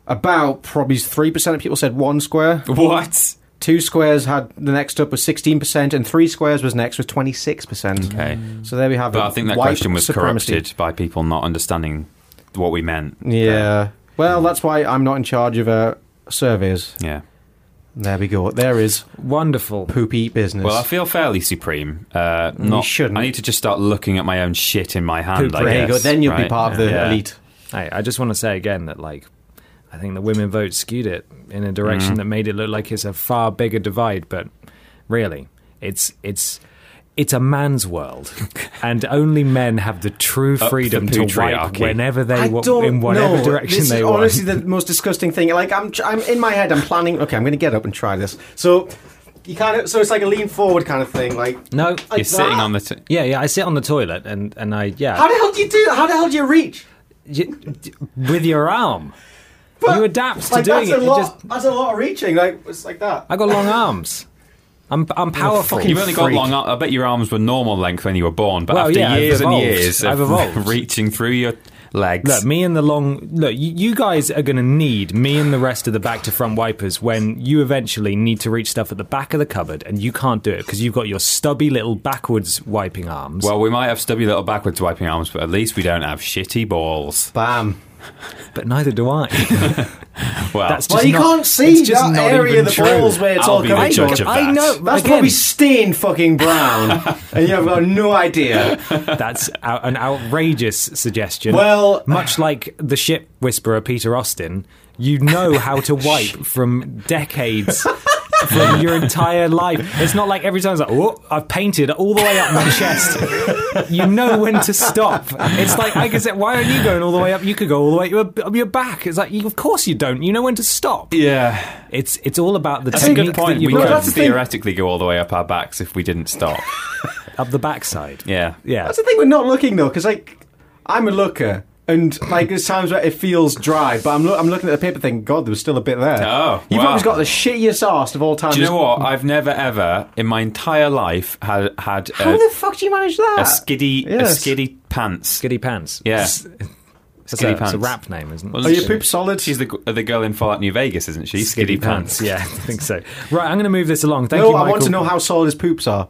D: about probably 3% of people said one square.
B: What?
D: Two squares had the next up was 16%, and three squares was next was 26%.
B: Okay,
D: So there we have
B: but
D: it.
B: I think that
D: Wipe
B: question was
D: supremacy.
B: corrupted by people not understanding what we meant.
D: Yeah. Well, that's why I'm not in charge of uh, surveys.
B: Yeah.
D: There we go. There is
C: wonderful.
D: poopy business.
B: Well, I feel fairly supreme. Uh, not,
D: shouldn't.
B: I need to just start looking at my own shit in my hand.
C: Poop
B: I
C: for
D: there you
B: guess,
D: go. Then you'll be
B: right?
D: part of the
B: Yeah.
D: elite.
C: Hey, I just want to say again that like I think the women vote skewed it in a direction that made it look like it's a far bigger divide, but really, it's it's it's a man's world, and only men have the true
B: the
C: freedom to wipe
B: patriarchy.
C: whenever they
D: I
C: want,
D: don't
C: in whatever
D: know.
C: direction
D: this
C: they
D: is
C: want.
D: honestly the most disgusting thing. Like I'm, I'm in my head. I'm planning. Okay, I'm going to get up and try this. So you kind of, so it's like a lean forward kind of thing. Like
C: no,
B: You're sitting
D: that?
B: on the. T-
C: yeah, yeah. I sit on the toilet and and I yeah
D: how the hell do you do? that? How the hell do you reach?
C: You- with your arm. you adapt to
D: Like
C: doing
D: that's
C: it.
D: a
C: It
D: lot.
C: just-
D: that's a lot of reaching. Like it's like that.
C: I got long arms. I'm I'm powerful.
B: You've only got
D: freak.
B: long. ar- I bet your arms were normal length when you were born, but
C: Well,
B: after
C: yeah, I've
B: years and
C: evolved.
B: years of
C: I've evolved.
B: reaching through your legs,
C: Look, me and the long look. You, you guys are going to need me and the rest of the back to front wipers when you eventually need to reach stuff at the back of the cupboard, and you can't do it because you've got your stubby little backwards wiping arms.
B: well, we might have stubby little backwards wiping arms, but at least we don't have shitty balls.
D: Bam.
C: but neither do I.
B: Well,
C: That's
D: Well,
C: just
D: you
C: not-
D: can't see
C: it's just
D: that
C: not
D: area
C: even
D: of the
C: true.
D: balls where it's
B: I'll
D: all
B: be the
D: coming
B: judge
D: from.
B: of that.
C: I know.
D: That's
C: again,
D: probably stained fucking brown, and you've got no idea.
C: That's out, an outrageous suggestion.
D: Well-
C: much like the ship whisperer Peter Austin, you know how to wipe from decades. From your entire life, it's not like every time it's like, "Oh, I've painted all the way up my chest." You know when to stop. It's like I said, why aren't you going all the way up? You could go all the way up your- up your back. It's like, you, of course you don't. You know when to stop.
B: yeah,
C: It's it's all about the
B: that's a
C: technique
B: good point.
C: that you
B: We
D: No,
B: could
C: learn
D: that's the thing.
B: theoretically go all the way up our backs if we didn't stop.
C: up the backside.
B: Yeah,
C: yeah.
D: That's the thing with not looking though, because like I'm a looker, and like there's times where it feels dry, but I'm, loo- I'm looking at the paper thinking, God, there was still a bit there.
B: Oh,
D: you've
B: wow.
D: always got the shittiest arse of all time.
B: Do you know what? I've never ever in my entire life had had
D: How
B: a,
D: the fuck do you manage that?
B: a skiddy
D: Yes.
B: a skiddy pants.
C: Skiddy pants.
B: Yeah.
C: S- That's
B: Skiddy
C: a, that's a
B: pants.
C: rap name, isn't it?
B: Well,
D: Are your poop solid?
B: She's the the girl in Fallout New Vegas, isn't she? Skiddy, pants.
C: Yeah, I think so. Right, I'm going to move this along. Thank
D: no,
C: you,
D: I
C: Michael.
D: want to know how solid his poops are.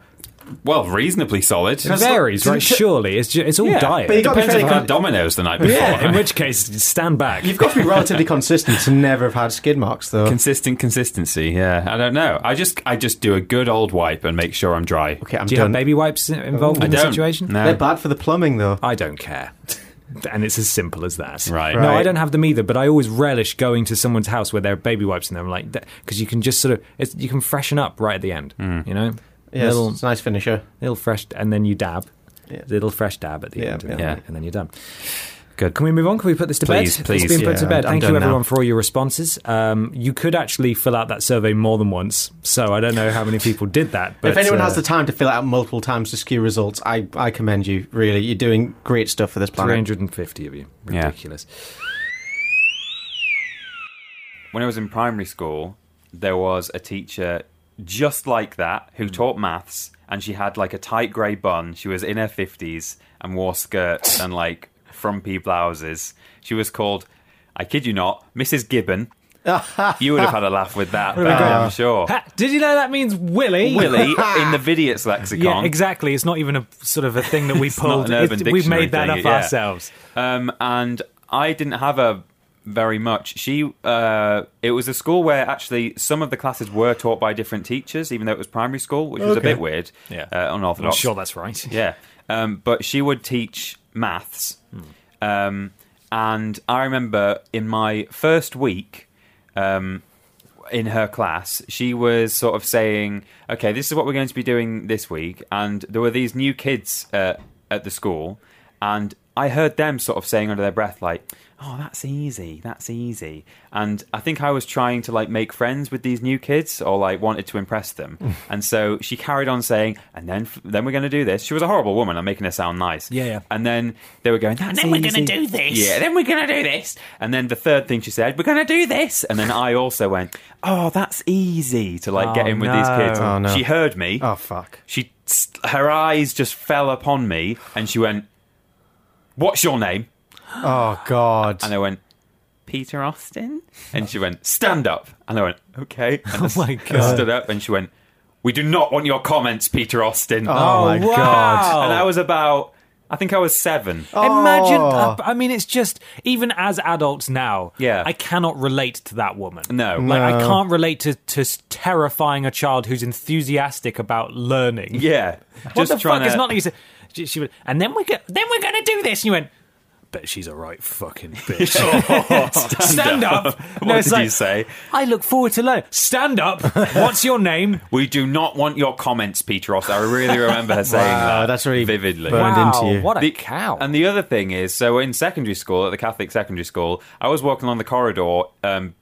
B: Well, reasonably solid.
C: It varies, right? Surely, it's ju- it's all diet.
D: but you got-
B: Depends if I
D: Depends on-
B: had Domino's the night before.
C: yeah, in which case, stand back.
D: You've got to be relatively consistent to never have had skid marks though.
B: Consistent consistency. Yeah, I don't know. I just I just do a good old wipe and make sure I'm dry.
D: okay, I'm
C: Do you
D: done.
C: have baby wipes involved
B: I
C: in the
B: don't.
C: situation?
B: No.
D: They're bad for the plumbing though.
C: I don't care. And it's as simple as that.
B: Right.
C: No, I
D: Right.
C: don't have them either, but I always relish going to someone's house where there are baby wipes in them, like because you can just sort of it's, you can freshen up right at the end, you know.
D: Yes,
C: Little-
D: it's a nice finisher.
C: little fresh, and then you dab,
D: Yeah.
C: little fresh dab at the
D: Yeah,
C: end,
D: yeah.
B: Yeah.
C: and then you're done.
B: Good.
C: Can we move on? Can we put this to
B: Please,
C: bed?
B: please.
C: It's been put to
D: Yeah,
C: bed.
D: I'm
C: Thank
D: done
C: you, everyone,
D: now.
C: for all your responses. Um, you could actually fill out that survey more than once, so I don't know how many people did that. But
D: if anyone has
C: uh,
D: the time to fill out multiple times to skew results, I, I commend you. Really, you're doing great stuff for this planet.
C: 350 of you,
B: Yeah.
C: ridiculous.
B: When I was in primary school, there was a teacher just like that who taught maths, and she had like a tight grey bun. She was in her fifties and wore skirts and like frumpy blouses. She was called, I kid you not, Mrs. Gibbon. you would have had a laugh with that, but I'm sure.
C: Ha, did you know that means Willie?
B: Willie in the Vidiot's lexicon.
C: Yeah, exactly. It's not even a sort of a thing that we pulled.
B: an Urban
C: we've
B: Dictionary
C: made that up
B: thing, yeah.
C: ourselves.
B: Um, and I didn't have her very much. She, uh, it was a school where actually some of the classes were taught by different teachers, even though it was primary school, which was a
D: Okay.
B: bit weird.
C: Yeah.
B: uh,
C: I'm
B: unorthodox.
C: sure that's right.
B: Yeah, um, but she would teach maths, um, and I remember in my first week um, in her class, she was sort of saying, "Okay, this is what we're going to be doing this week," and there were these new kids uh, at the school, and I heard them sort of saying under their breath, like, "Oh, that's easy, that's easy," and I think I was trying to like make friends with these new kids or like wanted to impress them,
C: Mm.
B: and so she carried on saying, "And then, then we're going to do this." She was a horrible woman. I'm making her sound nice.
C: Yeah, yeah.
B: And then they were going, "That's
F: then we're
B: easy."
F: gonna do this.
B: Yeah, then we're going to do this. And then the third thing she said, we're going to do this. And then I also went, oh, that's easy to like get
C: Oh,
B: in with these
C: no.
B: kids.
D: Oh, no.
B: She heard me.
D: Oh fuck.
B: She, her eyes just fell upon me and she went, what's your name?
D: Oh god.
B: And I went, Peter Austin. And she went, stand up. And I went, okay. And
C: Oh, my
B: I
C: God.
B: stood up and she went, we do not want your comments, Peter Austin.
D: Oh, my
C: wow.
D: god.
B: And I was about, I think I was seven.
C: Imagine,
D: Oh.
C: I mean, it's just even as adults now.
B: Yeah.
C: I cannot relate to that woman.
B: No.
C: like I
D: No.
C: can't relate to to s- terrifying a child who's enthusiastic about learning.
B: Yeah.
C: what
B: just
C: the
B: trying
C: fuck? It's
B: to-
C: not like you said. She, she went, and then we go, then we're gonna do this. And you went, but she's a right fucking bitch. stand, up.
B: Oh, What did you say?
C: I look forward to learning. Stand up. What's your name?
B: We do not want your comments, Peter Ross. I really remember her saying
D: Wow,
B: that.
D: Uh, that's really
B: vividly.
D: burned
C: wow,
D: into you.
C: what a
B: The-
C: cow!
B: And the other thing is, so in secondary school, at the Catholic secondary school, I was walking along the corridor um,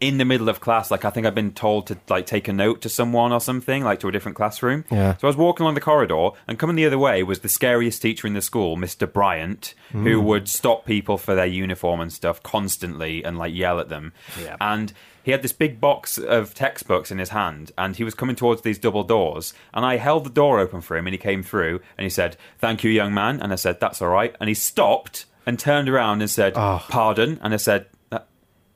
B: in the middle of class. Like I think I'd been told to like take a note to someone or something, like to a different classroom.
D: Yeah.
B: So I was walking along the corridor, and coming the other way was the scariest teacher in the school, Mr. Bryant, who would stop people for their uniform and stuff constantly and like yell at them.
C: Yeah.
B: And he had this big box of textbooks in his hand, and he was coming towards these double doors. And I held the door open for him, and he came through, and he said, "Thank you, young man." And I said, "That's all right." And he
D: Ah.
B: stopped and turned around and said, "Pardon." And I said, "That-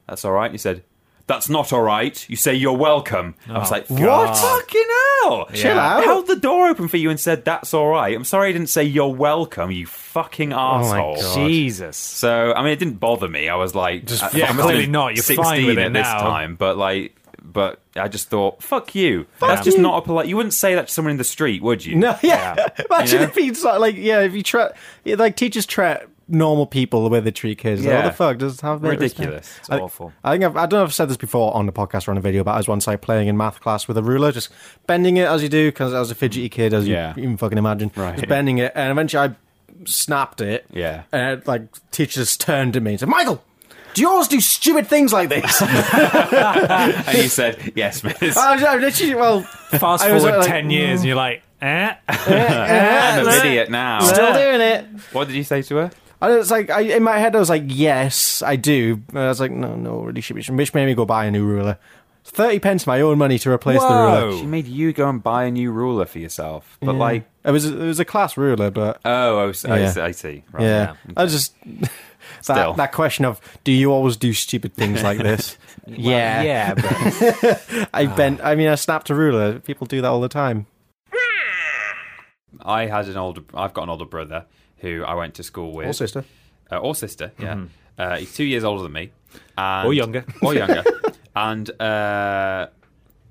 B: "That's all right." And he said, that's not all right. You say you're welcome. I was like,
C: God.
B: what? Fucking hell!
D: Oh, Chill out.
B: I held the door open for you and said that's all right. I'm sorry I didn't say you're welcome. You
D: Oh
B: fucking asshole.
C: Jesus.
B: So I mean, it didn't bother me. I was like,
D: Just-
B: I-
C: yeah,
B: I must
C: clearly
B: have been
C: not. You're
B: 16
C: fine with it
B: at this
C: now.
B: time, but like, but I just thought, fuck you. That's just not a polite. You wouldn't say that to someone in the street, would you?
D: No, yeah. Imagine
B: You know?
D: if he's like, like, yeah, if you try, yeah, like teachers treat normal people the way they treat kids. Like, what
B: Yeah.
D: the fuck? Just have a bit of respect.
B: Ridiculous. It's
D: I-
C: awful.
D: I think I've, I don't know if I've said this before on the podcast or on a video, but I was once like playing in math class with a ruler, just bending it as you do, because I was a fidgety kid, as
B: Yeah.
D: you even fucking imagine,
B: Right.
D: just bending it, and eventually I snapped it.
B: Yeah.
D: and uh, like teachers turned to me and said, "Michael, do you always do stupid things like this?"
B: And you said, yes, miss.
D: I was- I literally, well,
C: Fast
D: I was
C: forward
D: like- mm.
C: 10 years and you're like, eh?
B: I'm an idiot now.
D: still doing it.
B: What did you say to her?
D: I was like, I, in my head, I was like, yes, I do. And I was like, no, no, really should be. Which made me go buy a new ruler. 30 pence my own money to replace the ruler.
B: She made you go and buy a new ruler for yourself. But like,
D: It was, it was a class ruler, but
B: oh, I, was- I
D: Yeah.
B: see. I see. Right.
D: yeah. I was just.
B: Still.
D: That, that question of do you always do stupid things like this? yeah,
C: Yeah, but
D: I bent. I mean, I snapped a ruler. People do that all the time.
B: I had an older. I've got an older brother who I went to school with.
D: Or Oh, sister.
B: uh, or sister. Yeah, uh, he's two years older than me, and,
C: Mm-hmm. Or younger.
B: or younger. and uh,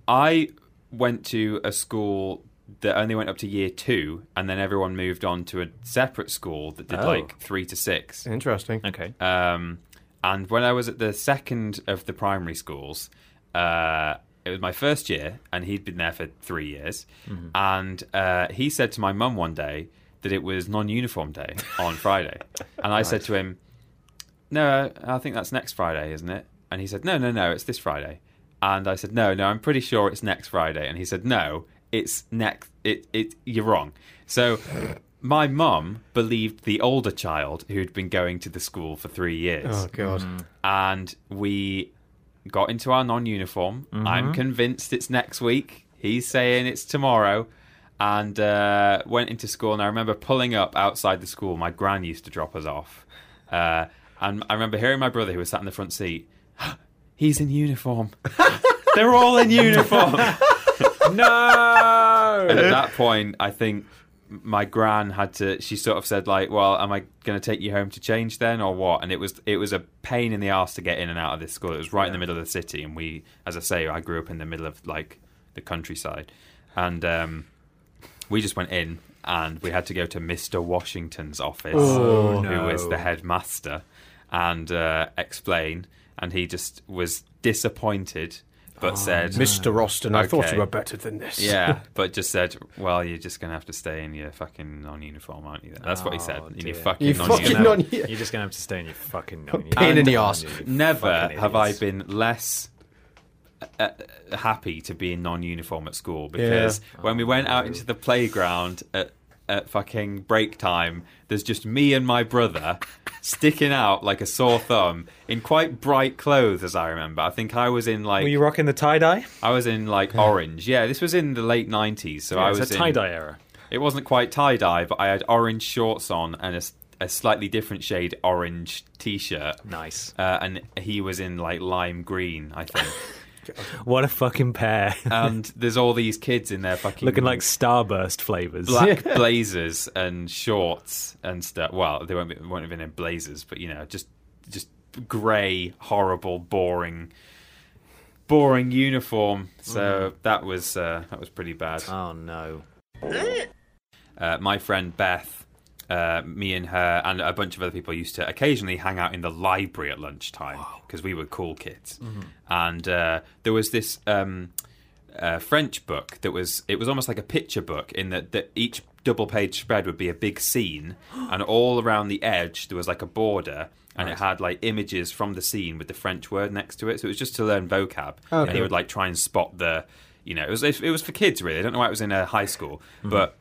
B: I went to a school that only went up to year two, and then everyone moved on to a separate school that did
C: Oh.
B: like three to six.
D: Interesting.
C: okay.
B: Um, and when I was at the second of the primary schools, uh, it was my first year, and he'd been there for three years.
C: Mm-hmm.
B: And uh, he said to my mum one day that it was non uniform day on Friday. And I said to him, No, I think that's next Friday, isn't it? And he said, No, no, no, it's this Friday. And I said, No, no, I'm pretty sure it's next Friday. And he said, No, it's next. It, it, you're wrong. So my mum believed the older child who'd been going to the school for three years
D: Oh god.
B: and we got into our non-uniform. I'm convinced it's next week. He's saying it's tomorrow, and uh, went into school. And I remember pulling up outside the school. My gran used to drop us off, uh, and I remember hearing my brother, who was sat in the front seat, "He's in uniform. They're all in uniform."
C: No!
B: And at that point, I think my gran had to. She sort of said like, "Well, am I going to take you home to change then, or what?" And it was it was a pain in the ass to get in and out of this school. It was right in the middle of the city, and we, as I say, I grew up in the middle of like the countryside, and um, we just went in. And we had to go to Mr. Washington's office,
C: Oh,
B: who was the headmaster, and uh, explain. And he just was disappointed,
C: Oh,
B: but said,
D: Mr. Austin, I thought
B: Okay.
D: you were better than this.
B: yeah, but just said, well, you're just going to have to stay in your fucking non-uniform, aren't you? That's what he said.
C: Oh,
B: In your
C: dear.
B: fucking
D: You fucking
B: non-uniform.
D: non-
C: You're just going to have to stay in your fucking non
D: Pain in the arse.
B: Never have I been less uh, uh, happy to be in non-uniform at school because when we went
C: Oh.
B: out into the playground at, at fucking break time, there's just me and my brother sticking out like a sore thumb in quite bright clothes, as I remember. I think I was in like
C: Were you rocking the tie dye?
B: I was in like orange. Yeah, this was in the late '90s, so I
C: it's
B: was
C: a
B: in-
C: tie dye era.
B: It wasn't quite tie dye, but I had orange shorts on and a, s- a slightly different shade orange t shirt.
C: Nice.
B: Uh, and he was in like lime green, I think.
C: What a fucking pair.
B: and there's all these kids in their fucking
C: Looking like Starburst flavors.
B: black blazers and shorts and stuff. Well, they won't be, won't have been in blazers, but you know, just just grey, horrible, boring, boring uniform. So
C: Mm.
B: that was uh, that was pretty bad.
C: Oh no.
B: uh, my friend Beth, uh, me and her, and a bunch of other people used to occasionally hang out in the library at lunchtime because we were cool kids.
C: Mm-hmm.
B: And uh, there was this um, uh, French book that was it was almost like a picture book in that that each double page spread would be a big scene, and all around the edge there was like a border. And it had like images from the scene with the French word next to it, so it was just to learn vocab. And he would like try and spot the, you know, it was it was for kids really. I don't know why it was in a high school, but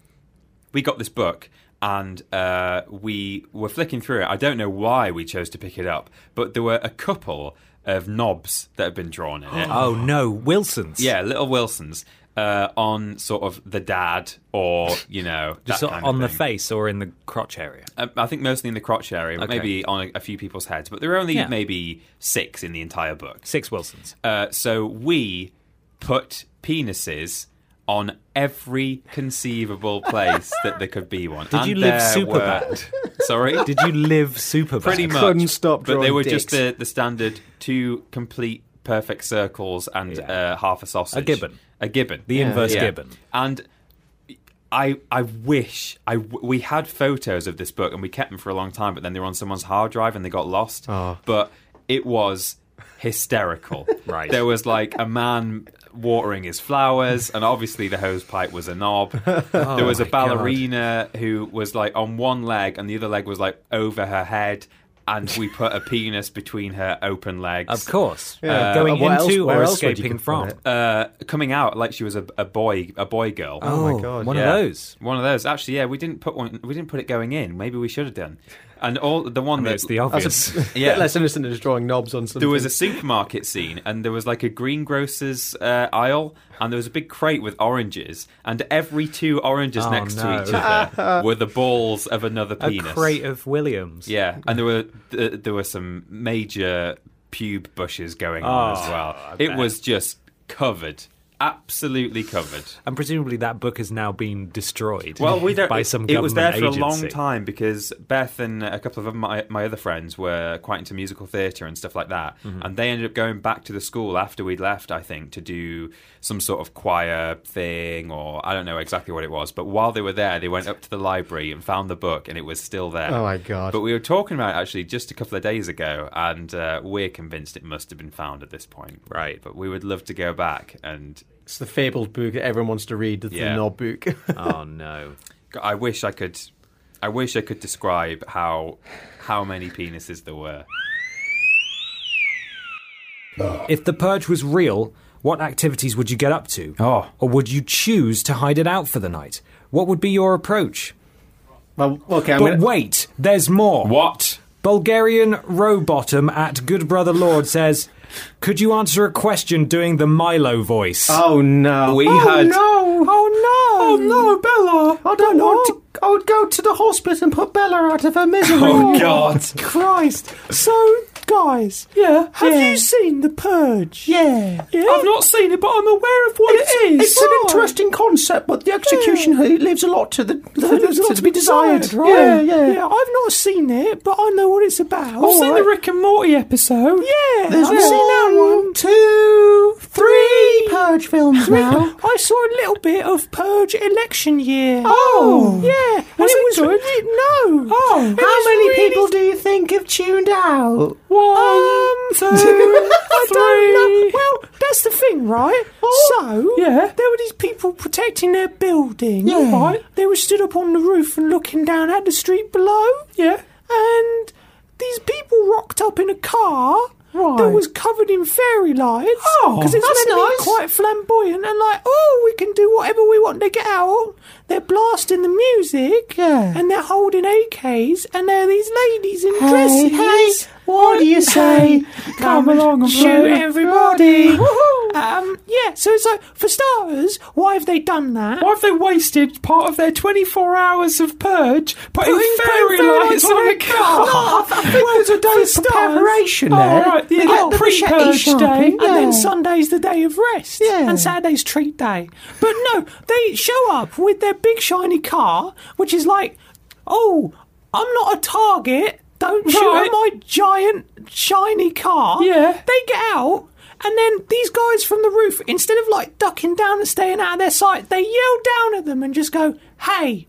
B: we got this book and uh, we were flicking through it. I don't know why we chose to pick it up, but there were a couple of knobs that had been drawn in it.
C: Oh no, Wilson's.
B: Yeah, little Wilsons. uh, on sort of the dad or you know
G: Just
B: that
G: on
B: kind of
G: the
B: thing.
G: face or in the crotch area.
B: Um, I think mostly in the crotch area,
G: Okay.
B: maybe on a, a few people's heads, but there are only
G: Yeah.
B: maybe six in the entire book.
G: Six Wilsons.
B: Uh, so we put penises on every conceivable place that there could be one.
G: Did
B: And
G: you live
B: there
G: super
B: were-
G: bad?
B: Sorry,
G: Did you live super
B: pretty
G: bad?
B: much
D: Couldn't stop
B: But they
D: drawing
B: were just
D: dicks.
B: the, the standard two complete perfect circles and uh, half a sausage,
G: A gibbon.
B: a gibbon,
G: The inverse gibbon.
B: and. I, I wish I w- we had photos of this book and we kept them for a long time, but then they were on someone's hard drive and they got lost.
G: Ah.
B: But it was hysterical.
G: Right.
B: There was like a man watering his flowers, and obviously the hose pipe was a knob. there was a
G: Oh my God.
B: ballerina who was like on one leg and the other leg was like over her head, and we put a penis between her open legs.
G: Of course. Uh,
D: Uh,
G: going
D: what else-
G: into
D: where
G: or
D: else would you
G: escaping
D: put
G: from.
D: it?
B: Uh, coming out like she was a, a boy, a boy girl.
G: Oh,
D: my God,
G: One
B: Yeah.
G: of those.
B: One of those. Actually, yeah, we didn't put one. We didn't put it going in. Maybe we should have done. And all the one
G: mean,
B: that
G: it's the
D: That's
G: obvious.
D: a
B: Yeah.
D: bit less innocent than just drawing knobs on something.
B: There was a supermarket scene, and there was like a greengrocer's uh, aisle, and there was a big crate with oranges, and every two oranges
G: Oh,
B: next
G: no.
B: to each other were the balls of another
G: A
B: penis.
G: crate of Williams.
B: Yeah, and there were th- there were some major pube bushes going on as well. it was just covered, absolutely covered.
G: And presumably that book has now been destroyed.
B: Well, we don't.
G: by some
B: it was there
G: government
B: for a long
G: agency.
B: time because Beth and a couple of my, my other friends were quite into musical theatre and stuff like that, and they ended up going back to the school after we'd left, I think, to do some sort of choir thing or I don't know exactly what it was. But while they were there, they went up to the library and found the book, and it was still there.
D: Oh, my God.
B: But we were talking about it actually just a couple of days ago, and uh, we're convinced it must have been found at this point, right? But we would love to go back and
D: It's the fabled book that everyone wants to read. The, the
B: Yeah.
D: knob book.
G: Oh, no.
B: God, I wish I could. I wish I could describe how how many penises there were.
C: If the purge was real, what activities would you get up to?
B: Oh.
C: Or would you choose to hide it out for the night? What would be your approach?
D: well, okay, I'm
C: but
D: gonna-
C: wait, there's more.
B: What?
C: Bulgarian Rowbottom at Good Brother Lord says, Could you answer a question doing the Milo voice?
D: Oh no!
B: We had
C: Oh no! Oh no, Bella!
D: I don't know. I would go to the hospital and put Bella out of her misery.
B: Oh, God.
C: Christ! So, guys, yeah, have you seen The Purge? Yeah. I've not seen it, but I'm aware of what it is.
D: It's an interesting concept, but the execution here leaves a lot to the,
C: There's a lot
D: to, be desired.
C: right?
D: Yeah, yeah.
C: I've not seen it, but I know what it's about. I've
D: seen the
C: Rick and Morty episode. Yeah,
D: There's
C: I've seen that one.
D: two, three purge films now.
C: I saw a little bit of Purge election year.
D: Oh.
C: yeah. Was it, was good? no. Oh,
D: How many people do you think have tuned out?
C: One, two, Um, I don't know. Well, that's the thing, right? So, Oh, yeah. there were these people protecting their building,
D: Yeah.
C: right? They were stood up on the roof and looking down at the street below. Yeah. And these people rocked up in a car that
D: Right.
C: was covered in fairy lights.
D: Oh,
C: because it's
D: that's
C: meant to be
D: nice.
C: quite flamboyant and like, oh, we can do whatever we want. They get out, they're blasting the music,
D: Yeah.
C: and they're holding AKs, and there are these ladies in
D: Hey, hey,
C: dresses.
D: what do you say?
C: Come along and shoot
D: play.
C: everybody. um, yeah, so it's like, for starters, why have they done that?
B: Why have they wasted part of their 24 hours of purge putting, fairy, lights on a car?
C: There's a day of
D: preparation there.
C: the
D: They got the
C: pre-purge
D: machete
C: day,
D: sharpening,
C: and then
D: yeah.
C: Sunday's the day of rest,
D: Yeah.
C: and Saturday's treat day. But no, they show up with their big shiny car, which is like, oh, I'm not a target. Don't shoot at
B: Right.
C: my giant shiny car.
B: Yeah.
C: they get out. And then these guys from the roof, instead of like ducking down and staying out of their sight, they yell down at them and just go, "Hey,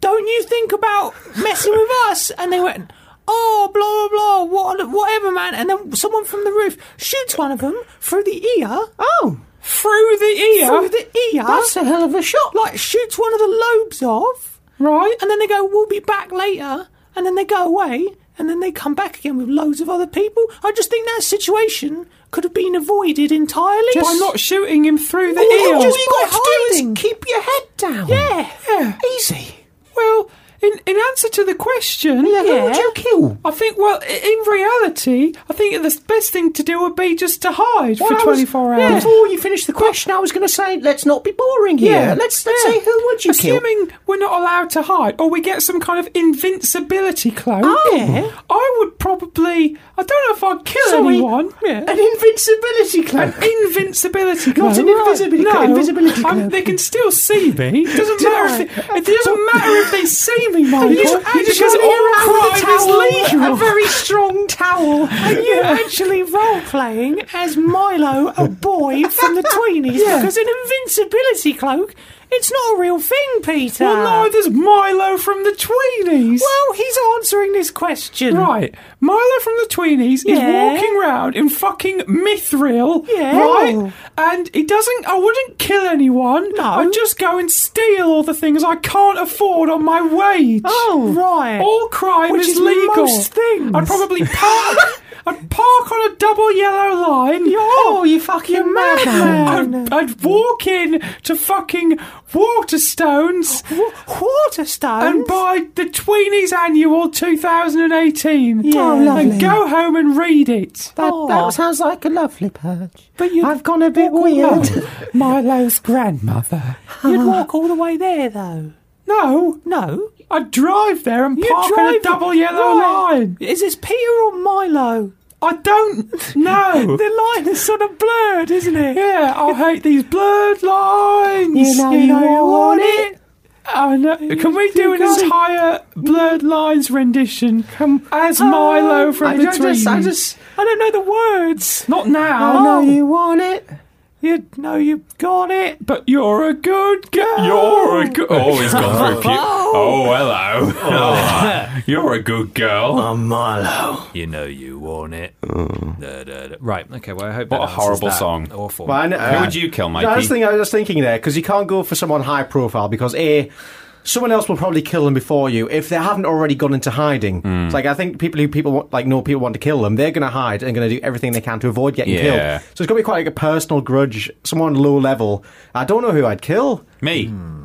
C: don't you think about messing with us? And they went, oh, blah, blah, blah, what, whatever, man. And then someone from the roof shoots one of them through the ear.
D: Oh,
C: Through the ear? Through the ear.
D: that's a hell of a shot.
C: like, shoots one of the lobes off. Right. And then they go, we'll be back later. And then they go away. And then they come back again with loads of other people. I just think that situation could have been avoided entirely.
D: Just- By not
C: shooting him through the
D: all you got to do is keep your head down.
C: yeah.
D: Easy.
C: Well, in, in
B: answer to the question.
D: Yeah, who would you kill?
B: I think, well, i- in reality, I think the best thing to do would be just to hide
D: Well, I
B: for
D: was-
B: 24 hours.
D: Before you finish the question, I was going to say, let's not be boring here. Let's, let's
B: yeah.
D: say, who would you
B: Assuming
D: kill?
B: we're not allowed to hide, or we get some kind of invincibility cloak,
D: Oh, yeah.
B: I would probably. I don't know if I'd kill
D: Sorry,
B: anyone. Yeah.
D: An invincibility cloak.
B: Invincibility cloak.
D: Not an
B: right.
D: invisibility
B: no.
D: cloak, invisibility
B: I'm-
D: cloak.
B: They can still see me. It doesn't
D: Do
B: matter.
D: I?
B: If they, it doesn't matter if they see me, Michael.
D: You just
B: because
D: got
B: all
D: it around with a
B: crime is
D: towel,
B: legal.
D: A very strong towel.
C: Are you actually role playing as Milo, a boy from the Tweenies? Because an invincibility cloak, it's not a real thing, Peter.
B: Well, no, there's Milo from the Tweenies.
C: Well, he's answering this question.
B: Right, Milo from the Tweenies
C: Yeah.
B: is walking round in fucking mithril,
C: Yeah. Oh.
B: right? And he doesn't. I wouldn't kill anyone.
C: No.
B: I'd just go and steal all the things I can't afford on my wage.
C: Oh, right.
B: all crime
C: Which is
B: legal.
C: most things.
B: I'd probably park. I'd park on a double yellow line.
D: Oh, you fucking madman.
B: I'd, I'd walk in to fucking Waterstones
C: Waterstones.
B: and buy the Tweenies Annual 2018.
D: Oh, lovely.
B: And go home and read it. Oh.
D: That,
C: Aw.
D: that sounds like a lovely purge.
C: But you-
D: I've gone a bit weird.
B: Milo's grandmother. Ah.
C: You'd walk all the way there, though.
B: No,
C: No.
B: I'd drive there and
C: You'd
B: park on a
C: drive-
B: double yellow
C: Right.
B: line.
C: Is this Peter or Milo?
B: I don't know.
C: The line is sort of blurred, isn't it?
B: yeah, I hate these blurred lines.
D: You know you want it.
B: I know. Can we do an
D: got it.
B: entire blurred lines rendition as Milo from
D: I
B: the
D: don't- I just- I
B: Tweenies?
D: just-
C: I don't know the words.
B: Not now.
D: I
C: Oh.
D: know you want it.
C: You know you've got it.
B: But you're a good girl. You're a good. Oh, he's gone for a puke. Oh, hello.
F: You're a good girl.
D: I'm Milo.
G: Oh. Um, You know you want it. Da, da, da. Right. Okay. Well, I hope
B: Uh. What
G: that
B: a
G: answers
B: horrible
G: that.
B: song.
G: Awful.
D: Well, I know-
B: Who would you kill, Mikey?
D: uh, I was, thinking, I was thinking there because you can't go for someone high profile because a someone else will probably kill them before you if they haven't already gone into hiding.
B: Hmm.
D: It's like I think people who people want, like know people want to kill them, they're going to hide and going to do everything they can to avoid getting
B: Yeah.
D: killed. So it's going to be quite like a personal grudge, someone low level. I don't know who I'd kill.
B: Me.
G: Hmm.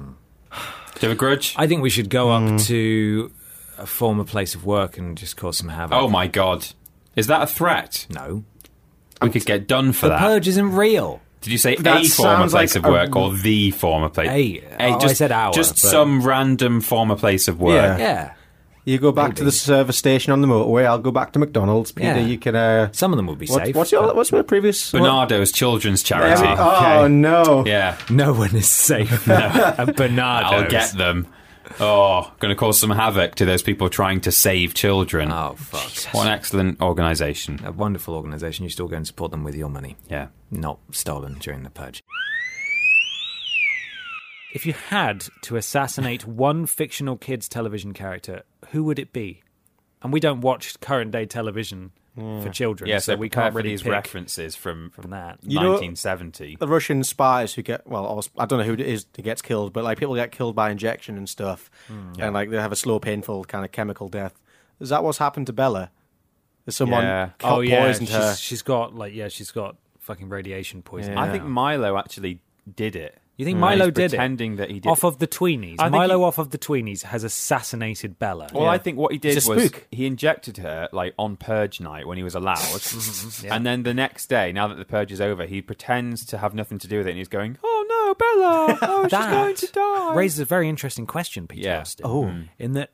B: Do you have a grudge?
G: I think we should go
B: Hmm.
G: up to a former place of work and just cause some havoc.
B: oh my god. Is that a threat?
G: no!
B: We could get done for
G: The
B: that.
G: purge isn't real.
B: Did you say
D: That
B: a former
D: sounds like
B: place of
D: a-
B: work or the former place?
G: A. Oh, I
B: just,
G: said our,
B: Just
G: but-
B: some random former place of work.
D: Yeah.
G: Yeah.
D: You go back to the service station on the motorway. I'll go back to McDonald's. Peter,
G: Yeah.
D: you can. Uh,
G: Some of them will be
D: what,
G: safe.
D: what's your
G: but
D: What's my previous?
B: Bernardo's Children's Charity.
D: Oh no!
B: Yeah.
G: No one is safe. no. At Bernardo's.
B: I'll get them. Oh, going to cause some havoc to those people trying to save children.
G: Oh fuck!
B: What an excellent organisation.
G: A wonderful organisation. You still go and support them with your money.
B: Yeah.
G: Not stolen during the purge.
C: If you had to assassinate one fictional kids television character, who would it be? And we don't watch current day television for children,
B: Yeah,
C: so,
B: so,
C: we can't really
B: these
C: pick
B: references from,
C: from that.
D: You know-
B: 1970.
D: the Russian spies who get well, or, I don't know who it is that gets killed, but like people get killed by injection and stuff, and like they have a slow, painful kind of chemical death. Is that what's happened to Bella? Is someone
B: Yeah.
D: co- poisoned
C: she's,
D: her?
C: Oh, she's got like yeah, she's got fucking radiation poisoning.
B: I think Milo actually did it.
C: You think
B: Mm.
C: Milo
B: He's
C: did it?
B: pretending that he did
C: off
B: it.
C: of the Tweenies.
B: I think
C: Milo
B: he-
C: off of the Tweenies has assassinated Bella.
B: Well, I think what he did
D: He's
B: was
D: a spook.
B: he injected her like on purge night when he was allowed,
C: Mm-hmm,
B: and then the next day, now that the purge is over, he pretends to have nothing to do with it, and he's going, "Oh no, Bella! Oh, she's
C: that
B: going to die."
C: raises a very interesting question, Peter
B: Yeah.
C: Austin. Oh. In that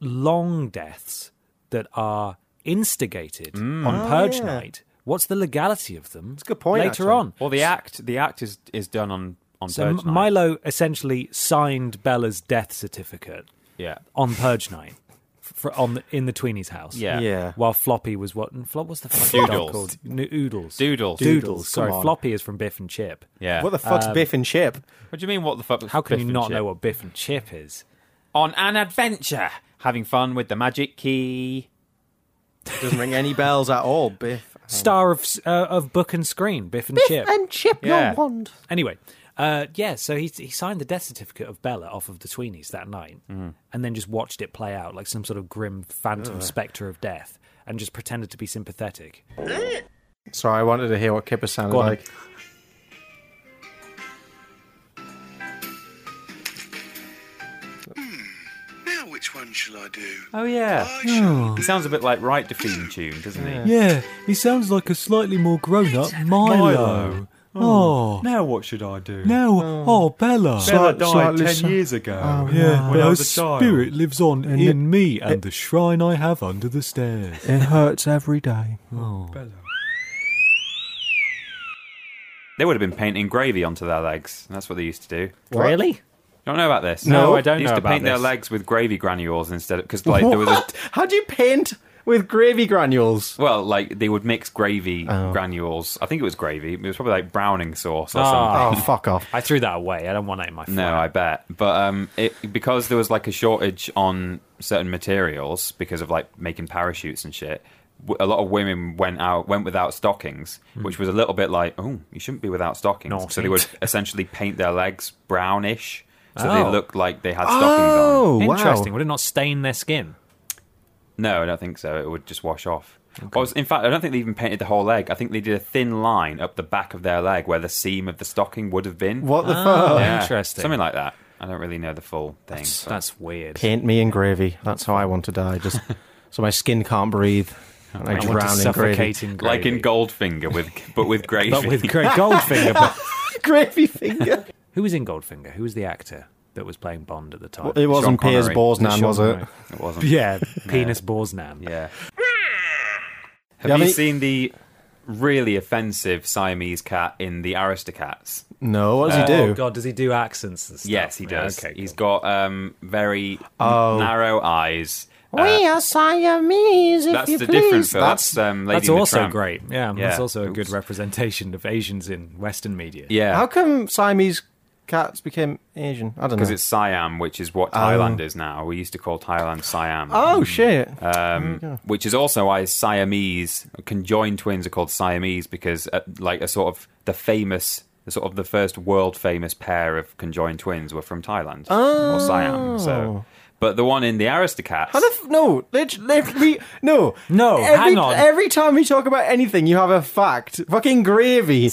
C: long deaths that are instigated
B: Mm. Oh,
C: on Purge Night, what's the legality of them? It's
D: a good point,
C: Later
D: actually.
C: on.
B: Well, the act, the act is is done on on
C: So
B: purge
C: M-
B: night.
C: Milo essentially signed Bella's death certificate
B: yeah,
C: on Purge Night. For, on the, in the Tweenie's house,
B: Yeah.
D: Yeah.
C: While Floppy was what? and Flop was the fucking dog
B: Doodles.
C: called? No-
B: Doodles.
C: Oodles. Doodles.
D: Doodles, come
C: Sorry,
D: on.
C: Floppy is from Biff and Chip.
B: yeah.
D: What the fuck's Biff and Chip?
B: What do you mean? What the fuck? was
C: How can
B: Biff
C: you
B: and
C: not
B: Chip?
C: know what Biff and Chip is?
B: On an adventure, having fun with the magic key.
D: Doesn't ring any bells at all. Biff
C: star of s- uh, of book and screen, Biff and Chip.
D: and Chip,
B: Yeah.
D: your wand.
C: anyway, uh, yeah, so he he signed the death certificate of Bella off of the Tweenies that night,
B: Mm-hmm.
C: and then just watched it play out like some sort of grim phantom spectre of death, and just pretended to be sympathetic.
D: Sorry, I wanted to hear what Kipper sounded
C: Go on.
D: like.
H: Now we Which one shall I do?
B: Oh yeah.
H: I shall
B: He sounds a bit like right defeating tune, doesn't he?
C: Yeah, he sounds like a slightly more grown up Milo. Oh.
F: Now what should I do?
C: No, oh, Bella.
F: Bella died
D: slightly
F: ten
D: so-
F: years ago.
C: yeah,
F: when I
C: her
F: was a child.
C: spirit lives on in me and the shrine I have under the stairs.
D: It hurts every day.
B: They would have been painting gravy onto their legs. That's what they used to do.
C: Really?
B: You don't know about this?
D: No, I
C: don't
B: They used
C: know
B: to
C: about
B: paint their
C: this.
B: legs with gravy granules instead of because like there was a,
D: What? How do you paint with gravy granules?
B: well like they would mix gravy
C: Oh.
B: granules. I think it was gravy. It was probably like browning sauce or
C: Ah.
B: something.
D: Oh, fuck off.
C: I threw that away. I don't want that in my
B: No, I bet. But um, it, because there was like a shortage on certain materials because of like making parachutes and shit, w- a lot of women went out went without stockings, which was a little bit like, oh, you shouldn't be without stockings. So they
C: Hmm. Naughty.
B: would essentially paint their legs brownish, so they
C: Oh.
B: looked like they had stockings on.
D: Oh,
C: Interesting.
D: wow.
C: Would it not stain their skin?
B: No, I don't think so. It would just wash off. Or was- in fact, I don't think they even painted the whole leg. I think they did a thin line up the back of their leg where the seam of the stocking would have been.
D: What the fuck?
B: Oh, Yeah,
C: Oh, interesting.
B: Something like that. I don't really know the full thing.
C: That's,
B: but-
C: that's weird.
D: Paint me in gravy. That's how I want to die. Just so my skin can't breathe. And I,
C: I want to
D: drown in gravy.
C: suffocate in gravy.
B: like in Goldfinger with but with gravy.
C: But with great Goldfinger. but-
D: gravy finger.
C: who was in Goldfinger? Who was the actor that was playing Bond at the time?
D: It wasn't
B: Sean
D: Piers
B: Connery.
D: Brosnan, was it?
C: Connery.
B: it wasn't.
C: Yeah, penis Borsnan.
B: Yeah. Have
D: Yeah, I
B: you
D: mean-
B: seen the really offensive Siamese cat in the Aristocats?
D: No, what does he do?
C: Oh God, does he do accents and stuff?
B: Yes, he
C: Yeah,
B: does.
C: okay,
B: He's
C: cool.
B: got um, very narrow eyes. Uh,
D: Oh. are Siamese, if
B: that's the different film. That's, um, Lady
C: That's
B: and the
C: also
B: Tramp.
C: great. Yeah,
B: Yeah.
C: that's also a good
B: Oops.
C: representation of Asians in Western media.
B: Yeah,
D: How come Siamese cats became Asian? I don't know.
B: because it's Siam, which is what Thailand is now. We used to call Thailand Siam. Hmm.
D: oh shit!
B: um, which is also why Siamese conjoined twins are called Siamese because uh, like a sort of the famous the sort of the first world famous pair of conjoined twins were from Thailand or Siam. So, but the one in the Aristocats,
D: Oh. How the f- no, let, let me no
C: No,
D: Every,
C: hang on.
D: Every time we talk about anything, you have a fact. Fucking gravy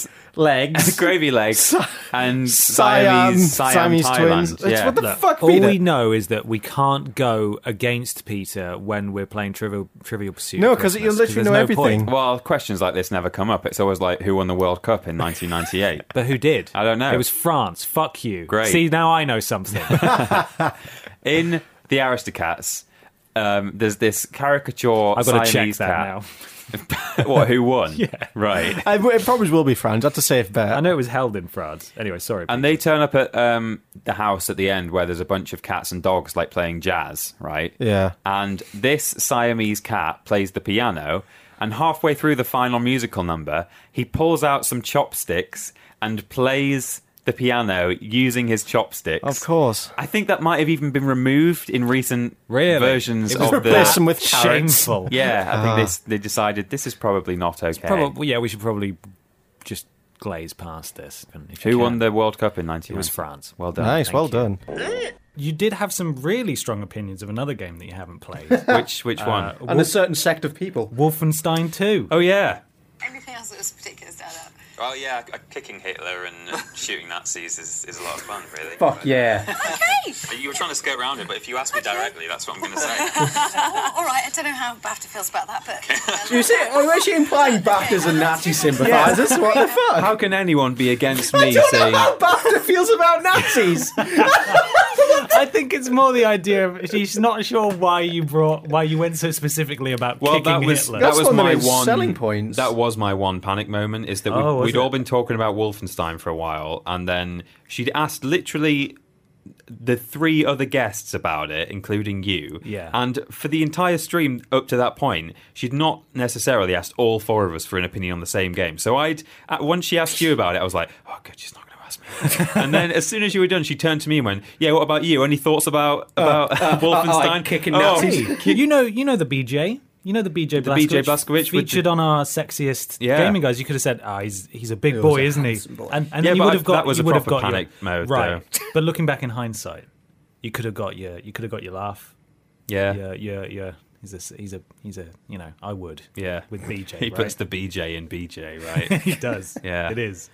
D: legs.
B: gravy legs and
D: Siam,
B: Siamese, Siam,
D: Siamese
B: Thailand.
D: twins. It's
B: Yeah.
D: what the
C: Look,
D: fuck,
C: all
D: Peter?
C: we know is that we can't go against Peter when we're playing Trivial Trivial Pursuit.
D: No,
C: at
D: 'cause you
C: Christmas,
D: literally
C: there's
D: know
C: no
D: everything.
C: point.
B: well, questions like this never come up. It's always like who won the World Cup in 1998.
C: But who did?
B: I don't know.
C: It was France. Fuck you.
B: Great.
C: See, now I know something.
B: in the Aristocats, um, there's this caricature.
C: I've got to check
B: Siamese
C: that
B: cat.
C: now.
B: what? Who won? Right.
D: I- it probably will be France. That's a safe bet.
C: I know it was held in France. Anyway, sorry.
B: And they turn up at um, the house at the end where there's a bunch of cats and dogs like playing jazz, right?
D: Yeah.
B: And this Siamese cat plays the piano, and halfway through the final musical number, he pulls out some chopsticks and plays the piano using his chopsticks.
D: Of course.
B: I think that might have even been removed in recent
C: Really?
B: versions
C: It was
B: of the
D: Replace them with carrots.
C: Shameful.
B: Yeah, I
D: Ah.
B: think this, they decided this is probably not okay.
C: Probably, yeah, we should probably just glaze past this. If you
B: Who
C: can.
B: won the World Cup in 19?
C: It was France.
B: Well done.
D: Nice, well
C: you.
D: done.
G: You did have some really strong opinions of another game that you haven't played.
B: Which which one?
G: Uh,
D: And a certain sect of people.
G: Wolfenstein 2.
B: oh yeah.
I: Anything else that was particular stand out?
B: Oh yeah, kicking Hitler and shooting Nazis is, is a lot of fun, really.
D: yeah.
B: You were trying to skirt around it, but if you ask me directly, that's what I'm going to say.
I: All right, I don't know how BAFTA feels about that, but
D: you see, oh, was she implying BAFTA's a Nazi sympathisers? What the fuck?
B: How can anyone be against
D: I
B: me
D: don't
B: saying?
D: know how BAFTA feels about Nazis.
C: I think it's more the idea of she's not sure why you brought why you went so specifically about
B: Well,
C: kicking
B: that was
C: Hitler.
B: that
D: That's
B: was
D: one of
B: my
D: his
B: one
D: selling points.
B: That was my one panic moment is that we'd,
C: Oh, was
B: we'd
C: it?
B: all been talking about Wolfenstein for a while, and then she'd asked literally the three other guests about it, including you.
C: Yeah.
B: And for the entire stream up to that point, she'd not necessarily asked all four of us for an opinion on the same game. So I'd uh, once she asked you about it, I was like, oh, good, she's not going to ask me. and then as soon as you were done, she turned to me and went, yeah, what about you? Any thoughts about about
D: Uh,
B: Wolfenstein
D: kicking
B: Oh,
D: Nazis.
C: Hey, you know, you know the BJ. You know the BJ
B: The
C: Blazkowicz
B: BJ Blazkowicz with
C: featured
B: the-
C: on our sexiest
B: Yeah.
C: gaming guys. You could have said, "Ah, he's he's a big boy, isn't he?" And, and
B: Yeah,
C: you
B: but
C: would
B: I-
C: have got
B: that was a
C: you would have
B: proper
C: got
B: panic
C: your,
B: mode,
C: right? but looking back in hindsight, you could have got your you could have got your laugh.
B: Yeah.
C: Yeah, yeah, yeah. He's a s- he's a he's a you know I would
B: Yeah.
C: with BJ.
B: He
C: right?
B: puts the BJ in BJ, right?
C: he does
B: Yeah.
C: it is.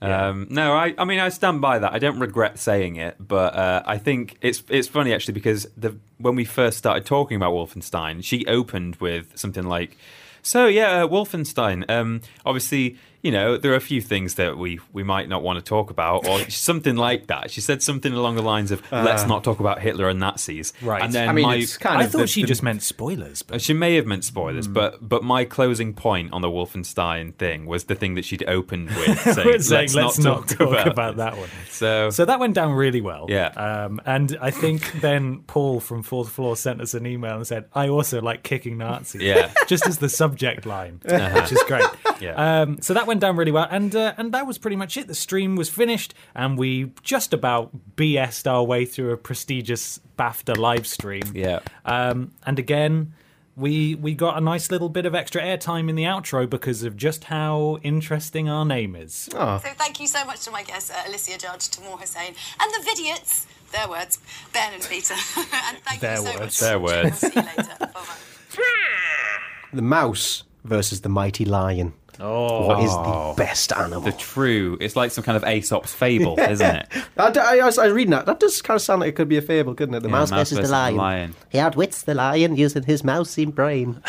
B: Um, no, I, I mean, I stand by that. I don't regret saying it, but uh, I think it's it's funny actually because the when we first started talking about Wolfenstein, she opened with something like, "So yeah, uh, Wolfenstein. Um, obviously, you know, there are a few things that we we might not want to talk about, or something like that." She said something along the lines of, "Let's not talk about Hitler and Nazis."
C: Right.
B: And then
D: Uh. I mean,
B: my,
D: it's kind
G: I
D: of
G: thought
D: the-
G: she
D: the-
G: just meant spoilers, but
B: Uh, she may have meant spoilers,
C: Hmm.
B: but but my closing point on the Wolfenstein thing was the thing that she'd opened with, saying,
C: Let's, like, let's not talk, about,
B: this."
C: that one.
B: So,
C: So that went down really well.
B: Yeah.
C: Um, and I think then Paul from Fourth Floor sent us an email and said, I also like kicking Nazis.
B: Yeah. Uh-huh.
C: Just as the subject line, which is great.
B: Yeah.
C: Um, so that went down really well. And, uh, and that was pretty much it. The stream was finished and we just about BS'd our way through a prestigious BAFTA live stream.
B: yeah,
C: Um, and again, we we got a nice little bit of extra airtime in the outro because of just how interesting our name is.
I: So thank you so much to my guests, uh, Alicia Judge, Tamor Hussein, and the Vidiots, their words, Ben and Peter. and thank
C: Their
I: you so
C: words.
I: much.
B: Their words.
I: I'll see you later. Bye-bye.
D: the mouse versus the mighty lion. Oh, what is the best animal?
B: the true. It's like some kind of Aesop's fable, isn't it?
D: I, d- I- I was, I was reading that. That does kind of sound like it could be a fable, couldn't it? The mouse,
B: mouse
D: versus,
B: versus
D: the
B: the
D: lion.
B: lion.
D: He outwits the lion using his mousey brain.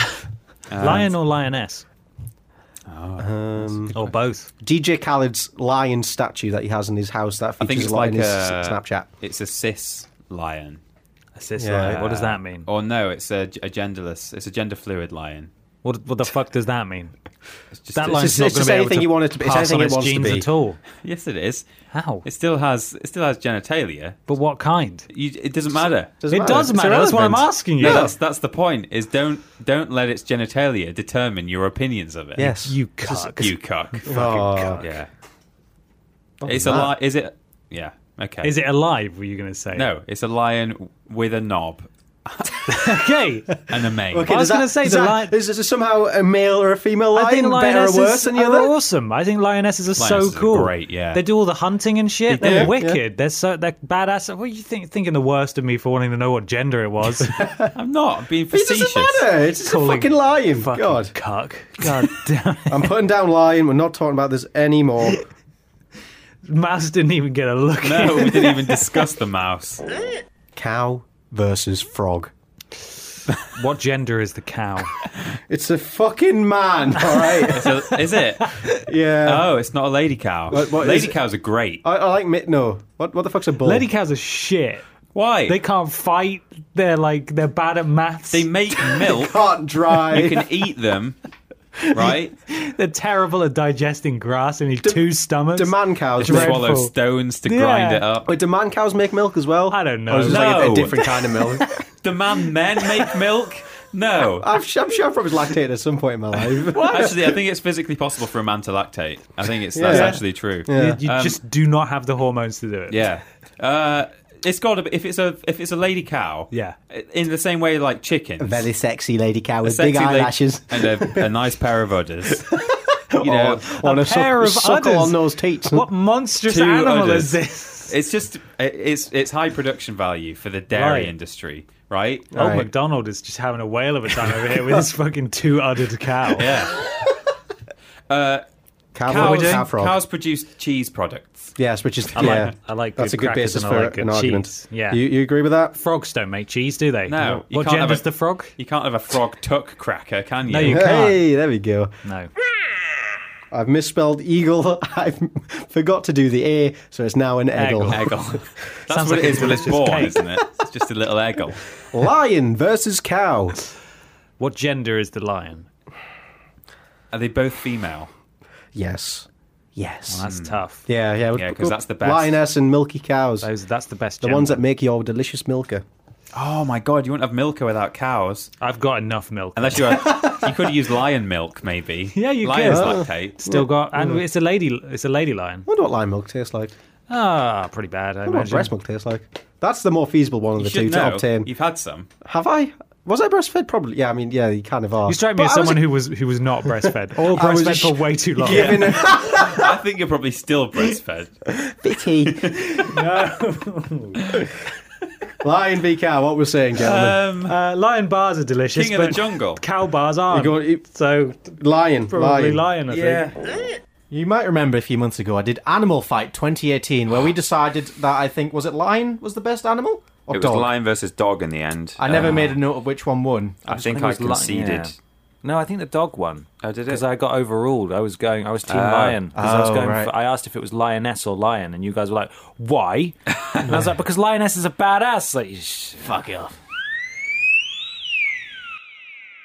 C: Lion or lioness?
D: Oh,
C: or both.
D: DJ Khaled's lion statue that he has in his house that
B: I
D: features
B: think it's
D: a lot
B: like
D: in his
B: a
D: Snapchat.
B: It's a cis lion,
C: A cis
D: Yeah.
C: lion. What does that mean?
D: Oh.
B: or no? It's a, a genderless. It's a gender fluid lion.
C: What what the fuck does that mean?
B: It's just
C: That
B: a-
C: lion's
D: just-
C: not
D: it's
C: going
D: just
C: to be able
D: anything
C: to
D: you want it to be- it's
C: pass on
D: anything it
C: its
D: wants to
C: genes
D: be.
C: at all.
B: Yes, it is.
C: How?
B: It still has. It still has genitalia.
C: But what kind?
B: You, it doesn't matter.
D: Doesn't
C: it
D: matter.
C: does
D: It's
C: matter. That's what I'm
D: irrelevant.
C: asking you.
B: No, that's that's the point. Is don't don't let its genitalia determine your opinions of it.
D: Yes.
C: You cuck.
B: you cuck.
D: Oh,
B: Yeah. It's a
D: that.
B: lion. Is it? Yeah. Okay.
C: Is it alive? Were you going to say?
B: No, it's a lion with a knob
C: Okay.
B: and a mane.
C: I was
D: does
C: gonna
D: that-
C: say
D: is
C: the
D: that-
C: lion-
D: Is this somehow a male or a female lion?
C: I think
D: better or
C: lionesses
D: worse than the
C: are
D: other?
C: awesome. I think lionesses are
B: Lionesses
C: so
B: are
C: cool.
B: great, yeah.
C: they do all the hunting and shit. They're
D: do,
C: wicked.
D: yeah.
C: They're so they're badass. What are you think, thinking the worst of me for wanting to know what gender it was?
B: I'm not I'm being
D: It
B: facetious.
D: doesn't matter. It's just a
C: Calling-
D: fucking lion.
C: Fucking
D: God.
C: cuck. God damn it.
D: I'm putting down lion. We're not talking about this anymore.
C: Mouse didn't even get a look.
B: No, we didn't even discuss the mouse.
D: Cow versus frog.
C: What gender is the cow?
D: It's a fucking man. All right.
B: So, is it?
D: yeah.
B: Oh, it's not a lady cow.
D: What- what
B: lady
D: is it?
B: cows are great.
D: I, I like mit. No. What, what the fuck's a bull?
C: Lady cows are shit.
B: Why?
C: They
B: They,
C: can't fight. They're like they're bad at maths. They,
B: make milk.
D: can't drive.
B: you can eat them, right?
C: are terrible at digesting grass. and need two stomachs.
D: Do man cows
C: It's
D: make?
C: Dreadful.
B: Swallow stones to grind
C: Yeah.
B: it up.
D: Wait, do man cows make milk as well?
C: I don't know.
D: Or is it like a,
B: No.
D: a different kind of milk?
B: Demand men make milk? No.
D: I'm, su- I'm sure I probably lactated at some point in my life.
B: Actually, I think it's physically possible for a man to lactate. I think it's that's
D: Yeah.
B: actually true.
C: You, you just do not have the hormones to do it.
B: uh, um, Yeah. Uh, it's got to be if it's a if it's a lady cow.
C: Yeah.
B: In the same way, like chickens.
D: Very sexy lady cow with
B: sexy
D: big
B: lady-
D: eyelashes.
B: and a, a nice pair of udders. You know,
D: on
C: a pair of
D: suckle
C: udders.
D: on those teats.
C: What monstrous
B: Two
C: animal
B: udders.
C: is this?
B: it's just it- it's it's high production value for the dairy
C: Right.
B: industry, right?
C: Old
D: Right.
C: MacDonald Oh, is just having a whale of a time over here with his fucking two-uddered cow.
B: Yeah.
D: Cow,
B: Cows,
D: cow frog.
B: cows produce cheese products.
D: Yes, which is
C: I
D: yeah.
C: like I like
D: That's
C: good
D: a good
C: crackers
D: basis
C: and I
D: for
C: like good
D: an argument.
C: cheese. Yeah.
D: You, you agree with that?
C: Frogs don't make cheese, do they?
B: No, you
C: What
B: can't have
C: gender's
B: a-
C: the frog?
B: You can't have a frog tuck cracker, can you?
C: No, you can't.
D: Hey, there we go.
C: No.
D: I've misspelled eagle. I forgot to do the A, so it's now an eggle.
B: Eggle. That's
C: Sounds
B: what
C: like
B: it is
C: a
B: when it's
C: delicious
B: born,
C: cake.
B: isn't it? It's just a little eggle.
D: Lion versus cow.
C: What gender is the lion?
B: Are they both female?
D: Yes. Yes.
C: That's tough.
D: yeah, yeah.
B: Yeah, 'cause that's the best.
D: Lioness and milky cows.
C: Those, that's the best.
D: the
C: gender.
D: ones that make your delicious milker.
B: Oh my god, you wouldn't have milker without cows.
C: I've got enough milk.
B: Unless you have, you could use lion milk, maybe.
C: Yeah, you
B: Lions
C: could.
B: lactate.
C: Still got, and it's a lady. It's a lady lion.
D: I wonder what lion milk tastes like.
C: Ah, pretty bad. I
D: I wonder what
C: imagine.
D: breast milk tastes like. That's the more feasible one of the
B: You
D: two
B: should
D: to
B: know.
D: obtain.
B: You've had some.
D: Have I? Was I breastfed? Probably. Yeah, I mean, yeah, you kind of are.
C: You strike me
D: But
C: as
D: I was-
C: someone who was who was not breastfed or
D: I was
C: breastfed
D: sh-
C: for way too long.
D: Given
B: I think you're probably still breastfed.
D: pity. Lion v cow, what we're saying, gentlemen.
B: Um,
C: Uh, lion bars are delicious.
B: King of the
C: but
B: jungle.
C: Cow bars aren't.
D: You go- you-
C: so
D: lion.
C: probably lion.
D: lion.
C: I think.
B: Yeah.
D: You might remember a few months ago I did Animal Fight 2018, where we decided that I think was it lion was the best animal or
B: It was
D: dog.
B: lion versus dog in the end.
D: I never
B: Uh,
D: made a note of which one won.
B: I think
J: it
B: I
J: was li-
B: conceded.
J: yeah. No, I think the dog won.
B: Oh, did it?
J: Because I got overruled. I was going. I was Team
B: Oh.
J: Lion. Because I was
D: Oh,
J: going.
D: right.
J: For, I asked if it was lioness or lion, and you guys were like, "Why?" and I was like, "Because lioness is a badass." Like, "Shh, fuck off.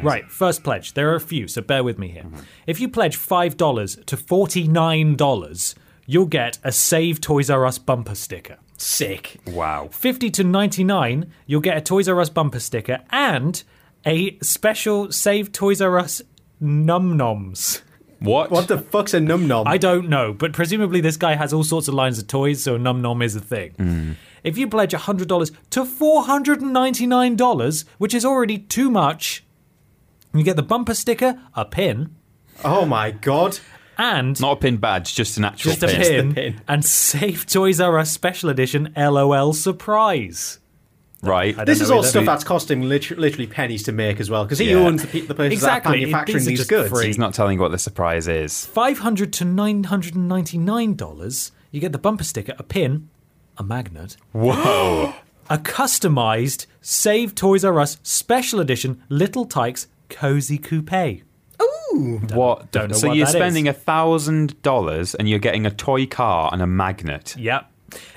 C: Right, first pledge. There are a few, so bear with me here.
J: Mm-hmm.
C: If you pledge $5 to $49, you'll get a Save Toys R Us bumper sticker. Sick.
B: Wow.
C: 50 to 99, you'll get a Toys R Us bumper sticker and a special Save Toys R Us num noms.
B: What?
D: What the fuck's a num nom?
C: I don't know, but presumably this guy has all sorts of lines of toys, so a num nom is a thing. If you pledge $100 to $499, which is already too much, you get the bumper sticker, a pin,
D: Oh my god!
C: and
B: Not a pin badge, just an actual
C: just a
B: pin.
C: pin, and Save Toys R Us Special Edition LOL Surprise.
B: Right.
C: I don't
D: This
C: know
D: is all
C: either.
D: stuff that's costing literally, literally pennies to make as well, because he
B: Yeah.
D: owns the, pe- the places
C: Exactly,
D: that are manufacturing
C: these are
D: these
C: just
D: goods.
C: free.
B: He's not telling you what the surprise is.
C: 500 to $999, you get the bumper sticker, a pin, a magnet. Whoa! A customized Save Toys R Us Special Edition Little Tykes Cozy Coupe.
B: what?
C: don't know
B: so
C: what
B: you're
C: that is.
B: spending a thousand dollars and you're getting a toy car and a magnet.
C: Yep.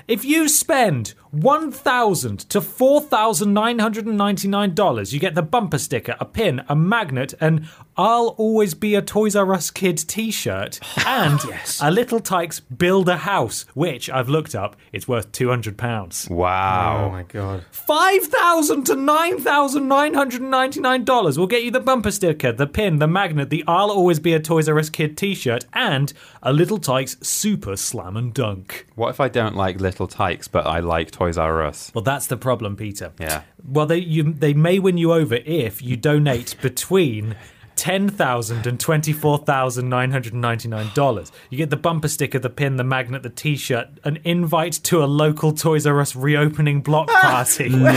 C: If you spend one thousand to four thousand nine hundred and ninety-nine dollars, you get the bumper sticker, a pin, a magnet, an "I'll always be a Toys R Us kid" T-shirt, and a Little Tykes build a house, which I've looked up. It's worth two hundred pounds.
D: Oh
B: Wow.
D: my god!
C: Five thousand to nine thousand nine hundred and ninety-nine dollars will get you the bumper sticker, the pin, the magnet, the "I'll always be a Toys R Us kid" T-shirt, and a Little Tykes super slam and dunk.
B: What if I don't like Little Tykes, but I like Toys R Us?
C: Well, that's the problem, Peter.
B: Yeah.
C: Well, they you, they may win you over if you donate between ten thousand and twenty four thousand nine hundred and ninety nine dollars. You get the bumper sticker, the pin, the magnet, the t shirt, an invite to a local Toys R Us reopening block party,
B: No.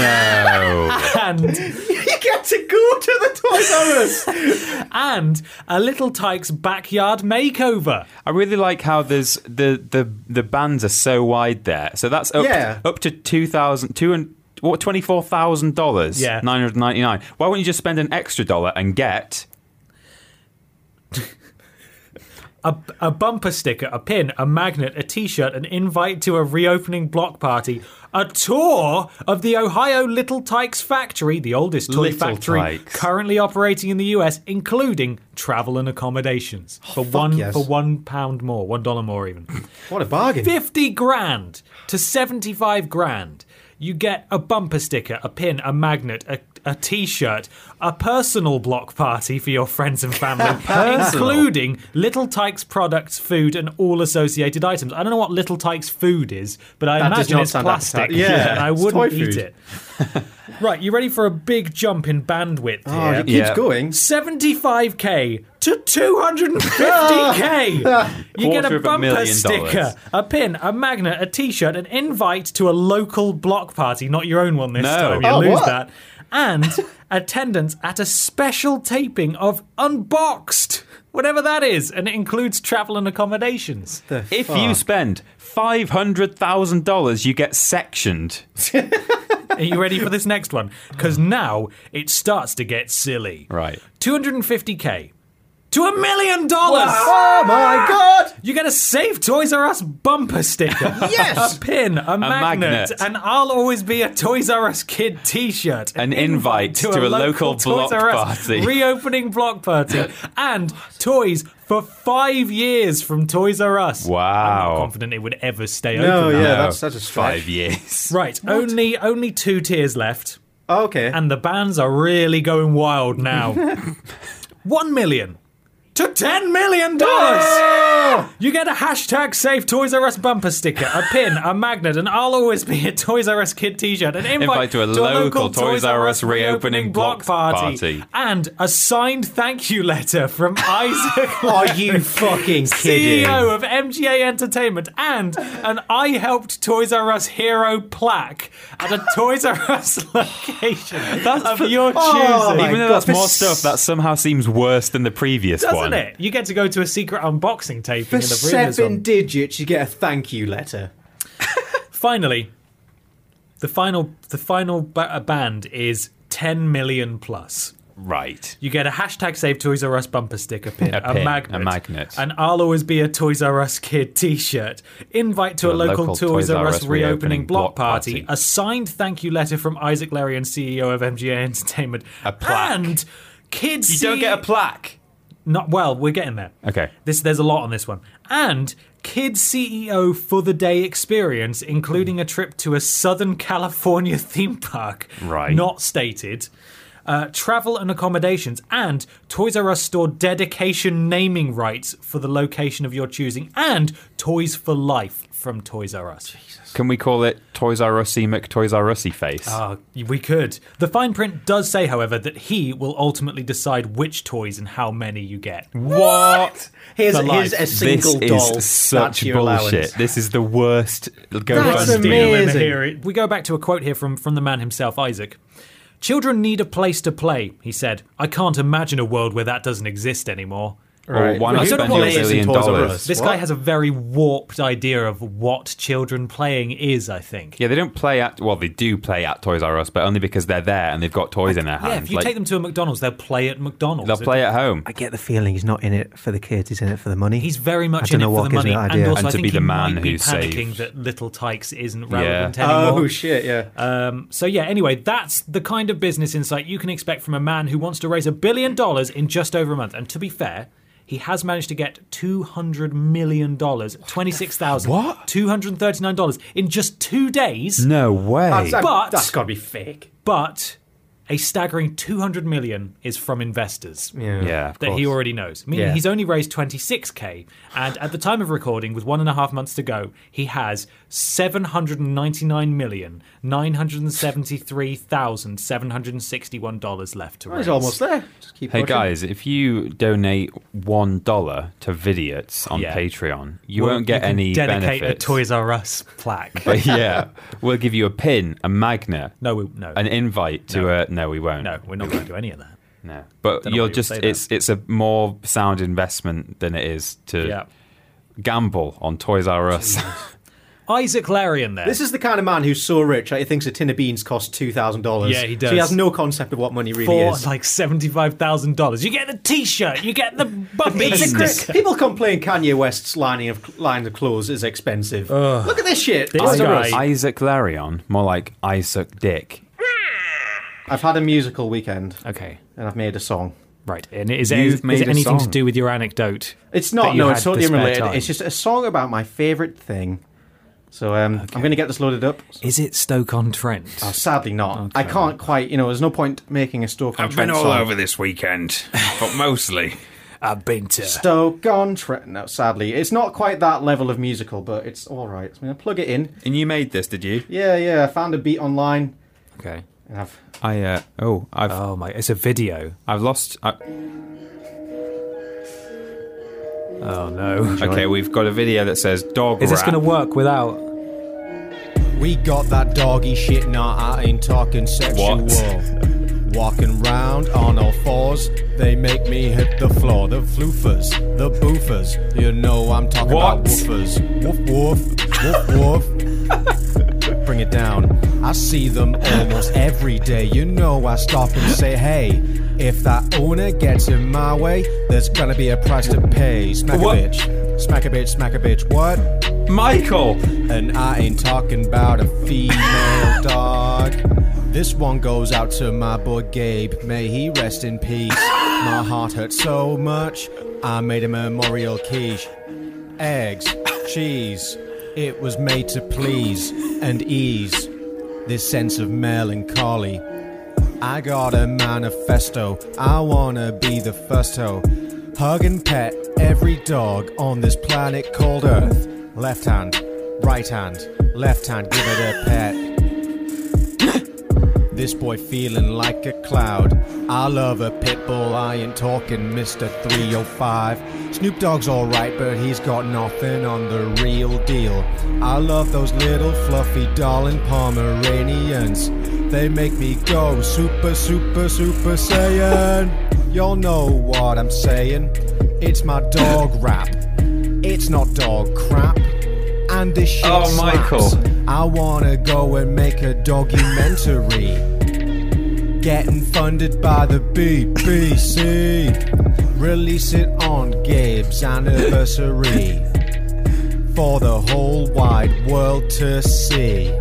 C: and
D: You get to go to the Toys R Us.
C: and a little Tyke's backyard makeover.
B: I really like how there's the the the bands are so wide there. So that's up
D: Yeah.
B: up to two thousand two and what twenty four thousand dollars.
C: Yeah.
B: Nine hundred ninety nine. Why wouldn't you just spend an extra dollar and get
C: a, a bumper sticker, a pin, a magnet, a t-shirt, an invite to a reopening block party, a tour of the Ohio Little Tykes factory, the oldest toy
B: Little
C: factory
B: Tykes.
C: currently operating in the US, including travel and accommodations
B: Oh,
C: for one
D: yes.
C: for one pound more, one dollar more even.
D: What a bargain!
C: 50 grand to 75 grand. You get a bumper sticker, a pin, a magnet, a, a t shirt, a personal block party for your friends and family, including Little Tyke's products, food, and all associated items. I don't know what Little Tyke's food is, but I
D: That does
C: imagine
D: not
C: it's
D: sound
C: plastic.
D: appetizing. Yeah,
C: and I
D: it's
C: wouldn't
D: toy
C: eat
D: food.
C: it. right, you ready for a big jump in bandwidth
D: Oh,
C: here?
D: it keeps
B: Yeah.
D: going.
C: 75k to 250k. you get
B: Quarter of
C: a
B: a
C: bumper
B: million
C: sticker,
B: dollars.
C: a pin, a magnet, a t-shirt, an invite to a local block party, not your own one this
B: No.
C: time. You
D: Oh,
C: lose
D: what?
C: that. And attendance at a special taping of Unboxed. Whatever that is, and it includes travel and accommodations.
B: If you spend five hundred thousand dollars, you get sectioned.
C: Are you ready for this next one? Because now it starts to get silly.
B: Right.
C: 250k to a million dollars.
D: Oh my god!
C: You get a Save Toys R Us bumper sticker.
D: Yes!
C: A pin, a, magnet,
B: magnet.
C: and I'll always be a Toys R Us kid t shirt.
B: An invite to a local block party.
C: Reopening block party. And toys for five years from Toys R Us. I'm not
B: Wow.
C: confident it would ever stay
D: No,
C: open.
D: Oh, yeah,
C: that.
D: that's such a stretch.
B: Five years.
C: Right, only only two tiers left.
D: Okay.
C: And the bands are really going wild now. One million to ten million dollars. You get a hashtag Save Toys R Us bumper sticker, a pin, a magnet, and I'll always be a Toys R Us kid T-shirt, an invite,
B: Invite to a local Toys R Us reopening block party.
C: and a signed thank you letter from Isaac.
D: Are you fucking
K: E
D: kidding?
C: CEO E of MGA Entertainment and an I helped Toys R Us hero plaque at a Toys R Us location of your choosing.
B: Even though
D: God,
C: Oh
B: that's more
D: this-
B: stuff, that somehow seems worse than the previous
C: doesn't
F: one.
C: isn't it? You get to go to a secret unboxing taping
K: For
C: in the previous
K: seven
C: one.
K: digits, you get a thank you letter.
C: Finally, the final the final ba- uh, band is 10 million plus.
B: Right.
C: You get a hashtag Save Toys R Us bumper sticker pin,
B: A
C: a,
B: pin, a
C: magnet,
B: magnet.
C: and I'll always be a Toys R Us kid T-shirt. Invite to, a, local, Toys R Us reopening block party, A signed thank you letter from Isaac Larian, CEO E of MGA Entertainment,
B: A plaque.
C: and kids.
B: You don't get a plaque.
C: Not well. We're getting there.
B: Okay.
C: This there's a lot on this one. And kid CEO for the day experience, including a trip to a Southern California theme park.
B: Right.
C: Not stated. Uh, travel and accommodations, and Toys R Us store dedication naming rights for the location of your choosing, and Toys for Life from Toys R Us.
B: Can we call it Toys R Us Toys R Us face?
C: Ah, we could. The fine print does say, however, that he will ultimately decide which toys and how many you get.
B: what?
K: Here's,
C: For life.
K: here's a single
B: this
K: doll.
B: is
K: That's
B: such
K: your
B: bullshit.
K: allowance.
B: This is the worst
K: That's
B: GoFundMe.
K: amazing.
C: deal in here. We go back to a quote here from, from the man himself, Isaac. Children need a place to play, he said. I can't imagine a world where that doesn't exist anymore.
B: Or why not
K: Who
B: spend
K: plays
B: your
K: in
B: billion
K: Toys R
B: dollars?
K: Us?
C: This
K: What?
C: guy has a very warped idea of what children playing is, I think.
B: Yeah, they don't play at well, they do play at Toys R Us, but only because they're there and they've got toys in their hand.
C: Yeah, if you
B: Like,
C: take them to a McDonald's, they'll play at McDonald's.
B: they'll play at home.
D: I get the feeling he's not in it for the kids, he's in it for the money.
C: He's very much
D: I
C: in
D: don't
C: it
D: know
C: for
D: what
C: the
D: gives me
C: money,
D: that
C: and
D: idea.
C: also
B: And
C: I
B: to
C: think
B: be the
C: he
B: man
C: might be
B: who's
C: panicking
B: saved.
C: that Little Tykes isn't
B: Yeah.
C: relevant anymore.
K: Oh shit! Yeah.
C: Um, so yeah, anyway, that's the kind of business insight you can expect from a man who wants to raise a billion dollars in just over a month. And to be fair, he has managed to get two hundred million dollars, twenty six thousand,
B: What?
C: two hundred thirty nine dollars in just two days.
B: No way.
C: But-
K: that's got to be fake.
C: But a staggering two hundred million is from investors.
B: yeah, of
C: That
B: course.
C: he already knows, meaning
K: Yeah.
C: he's only raised 26k. And at the time of recording, with one and a half months to go, he has 799,973,761 dollars left to raise.
K: He's almost there. Just keep
B: Hey
K: pushing.
B: guys, if you donate one dollar to Vidiots on
C: Yeah.
B: Patreon, you
C: Well,
B: won't get
C: can
B: any
C: dedicate
B: benefits.
C: a Toys R Us plaque.
B: but yeah, we'll give you a pin, a magnet,
C: no, we, no,
B: an invite to a. No, we won't.
C: no, we're not going to do any of that.
B: no. But
C: Don't know why
B: you'll
C: you
B: just
C: would say that.
B: it's it's a more sound investment than it is to
C: Yeah.
B: gamble on Toys R Us.
C: Isaac Larian there.
K: This is the kind of man who's so rich that he thinks a tin of beans costs two thousand dollars.
C: Yeah, he
K: So he
C: does.
K: has no concept of what money really
C: for
K: is.
C: like seventy-five thousand dollars, you get the T-shirt, you get the bumpy.
K: It's a cri- people complain Kanye West's lining of line of clothes is expensive. Look at this shit.
C: This
K: Toys R
C: guy-
K: Us.
B: Isaac Larion, more like Isaac Dick.
K: I've had a musical weekend
C: Okay,
K: and I've made a song.
C: right. And is,
B: You've
C: it, is
B: made
C: it
B: a
C: anything to
B: song.
C: do with your anecdote?
K: It's not.
C: you
K: No,
C: had
K: it's
C: the
K: totally
C: spare
K: unrelated.
C: time.
K: It's just a song about my favourite thing. So um, I'm going to get this loaded up.
C: Is it Stoke on Trent?
K: Oh, sadly not. I can't quite. You know, there's no point making a Stoke on
F: I've been
K: Trent
F: all
K: song.
F: over this weekend, but mostly.
C: I've been to.
K: Stoke on Trent. No, sadly, it's not quite that level of musical, but it's all right. I'm going to plug it in.
B: And you made this, did you?
K: Yeah, yeah. I found a beat online.
C: Okay.
K: And I've
B: I uh oh, I've
C: Oh my! It's a video.
B: I've lost. uh, I,
C: Oh no!
B: okay, we've got a video that says dog.
L: Is this
B: rap.
L: going to work without?
D: We got that doggy shit, now I ain't talking sexual. Walking round on all fours, they make me hit the floor. The floofers, the boofers, you know I'm talking
B: What?
D: about woofers. Woof woof, woof woof. Bring it down. I see them almost every day. You know I stop and say, hey, if that owner gets in my way, there's gonna be a price to pay. Smack
B: What?
D: a bitch, smack a bitch, smack a bitch. What?
B: Michael?
D: And I ain't talking about a female dog. This one goes out to my boy Gabe. May he rest in peace. My heart hurt so much. I made a memorial quiche. Eggs, cheese. It was made to please and ease this sense of melancholy. I got a manifesto. I wanna be the first ho. Hug and pet every dog on this planet called Earth. Left hand, right hand, left hand, give it a pet. this boy feeling like a cloud. I love a pit bull, I ain't talking Mr. 305. Snoop Dogg's alright, but he's got nothing on the real deal. I love those little fluffy darling Pomeranians. They make me go super, super, super saiyan. You'll know what I'm saying. It's my dog rap. It's not dog crap. And this shit
B: Oh,
D: slaps.
B: Michael.
D: I wanna go and make a documentary. Getting funded by the BBC. Release it on Gabe's anniversary. For the whole wide world to see.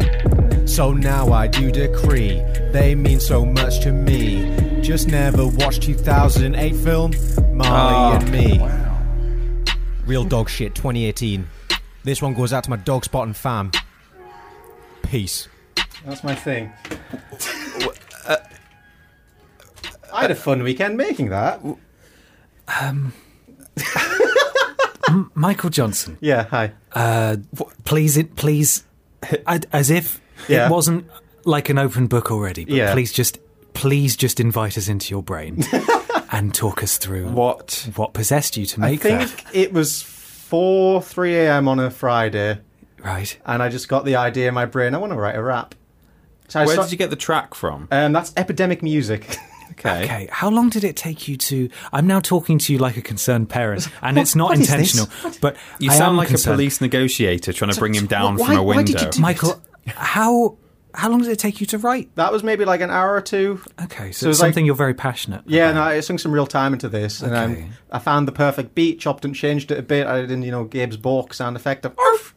D: So now I do decree, they mean so much to me. Just never watched 2008 film, Marley
B: Oh,
D: and Me. Real dog shit 2018. This one goes out to my dog spot and fam. Peace.
M: That's my thing. I had a fun weekend making that.
C: Um, M- Michael Johnson.
M: Yeah, hi.
C: Uh, w- please, it please, I, as if
M: Yeah.
C: it wasn't like an open book already. But
M: Yeah.
C: please just, please just invite us into your brain and talk us through
B: what
C: what possessed you to
M: I
C: make
M: think
C: that.
M: it was 4 3 a.m. on a Friday.
C: Right.
M: And I just got the idea in my brain I want to write a rap. So I
B: Where
M: start-
B: did you get the track from?
M: Um, that's Epidemic Music.
B: Okay.
C: Okay, how long did it take you to? I'm now talking to you like a concerned parent, and it's not
M: what is this?
C: intentional. But
B: You
C: I am
B: sound like
C: concerned.
B: a police negotiator trying to bring him down from a window.
C: Michael? How how long did it take you to write?
M: That was maybe like an hour or two.
C: Okay, so,
M: So
C: it's
M: it's like-
C: something you're very passionate.
M: Yeah, no, I sunk some real time into this, and
C: Okay.
M: um, I found the perfect beat, chopped and changed it a bit. I did, you know, Gabe's balk sound effect of "Arf!"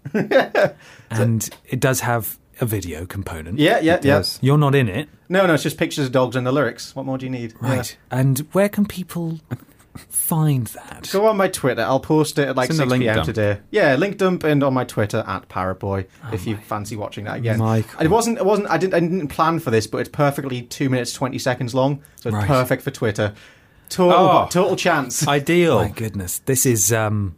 C: and it does have a video component.
M: Yeah, yeah, It yeah. does.
C: You're not in it,
M: No, no, it's just pictures of dogs and the lyrics. What more do you need? Yeah.
C: right? And where can people find that?
M: Go on my Twitter. I'll post it at like
B: It's in the
M: six
B: link
M: pm
B: dump.
M: today. Yeah, link dump and on my Twitter at Paraboy if you fancy watching that again.
C: Michael.
M: It wasn't. It wasn't. I didn't. I didn't plan for this, but it's perfectly two minutes twenty seconds long, so it's
C: Right.
M: perfect for Twitter. Total,
B: Oh.
M: total chance.
B: Ideal.
C: My goodness, this is. Um,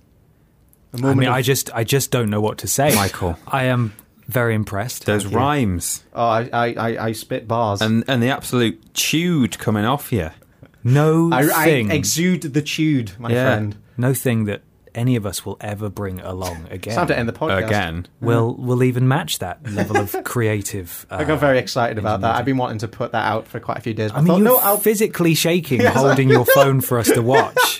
M: A
C: I
M: moment
C: mean,
M: of-
C: I just, I just don't know what to say,
B: Michael.
C: I am very impressed.
B: There's
M: you.
B: rhymes
M: oh, I, I, I, I spit bars.
B: and and the absolute chewed coming off you.
C: No
M: I, I
C: thing,
M: exude the tude, my
B: Yeah.
M: friend.
C: no thing that any of us will ever bring along
M: It's
C: again.
M: time to end the podcast.
B: Again.
C: will will even match that level of creative. Uh,
M: I got very excited about that. I've been wanting to put that out for quite a few days. I,
C: I mean,
M: thought,
C: you're
M: no, I'll.
C: physically shaking, holding your phone for us to watch.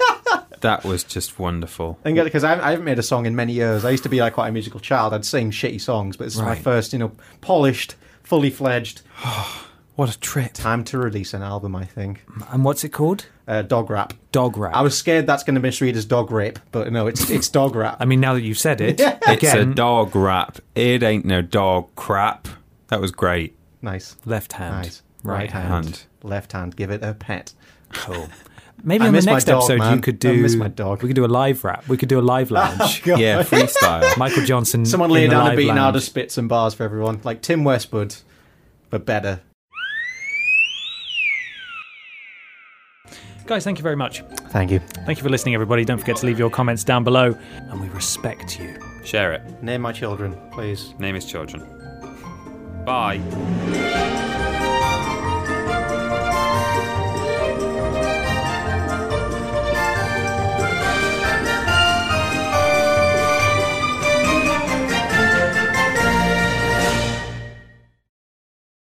B: That was just wonderful.
M: I because I, I haven't made a song in many years. I used to be like quite a musical child. I'd sing shitty songs, but this is my
C: Right.
M: first, you know, polished, fully fledged.
B: What a trip.
M: Time to release an album, I think.
C: And what's it called?
M: Uh, dog rap.
C: Dog rap.
M: I was scared that's going to misread as dog rape, but no, it's it's dog rap.
C: I mean, now that you've said it,
B: It's a
C: again,
B: dog rap. It ain't no dog crap. That was great.
M: nice,
C: left hand,
M: nice.
C: right, hand.
B: hand.
M: left hand. Give it a pet.
C: Cool. Maybe
M: I
C: on the
M: miss my
C: next
M: dog,
C: episode
M: man.
C: you could
M: I
C: do.
M: miss my dog. Oh,
C: We could do a live rap. We could do a live lounge.
B: Yeah, freestyle.
C: Michael Johnson.
M: Someone
C: in
M: lay
C: the
M: down a
C: live
M: beat and I'll
C: lounge.
M: just spit some bars for everyone, like Tim Westwood, but better.
C: Guys, thank you very much.
M: Thank you.
C: Thank you for listening, everybody. Don't forget to leave your comments down below, and we respect you.
B: Share it.
M: Name my children, please.
B: Name his children. Bye.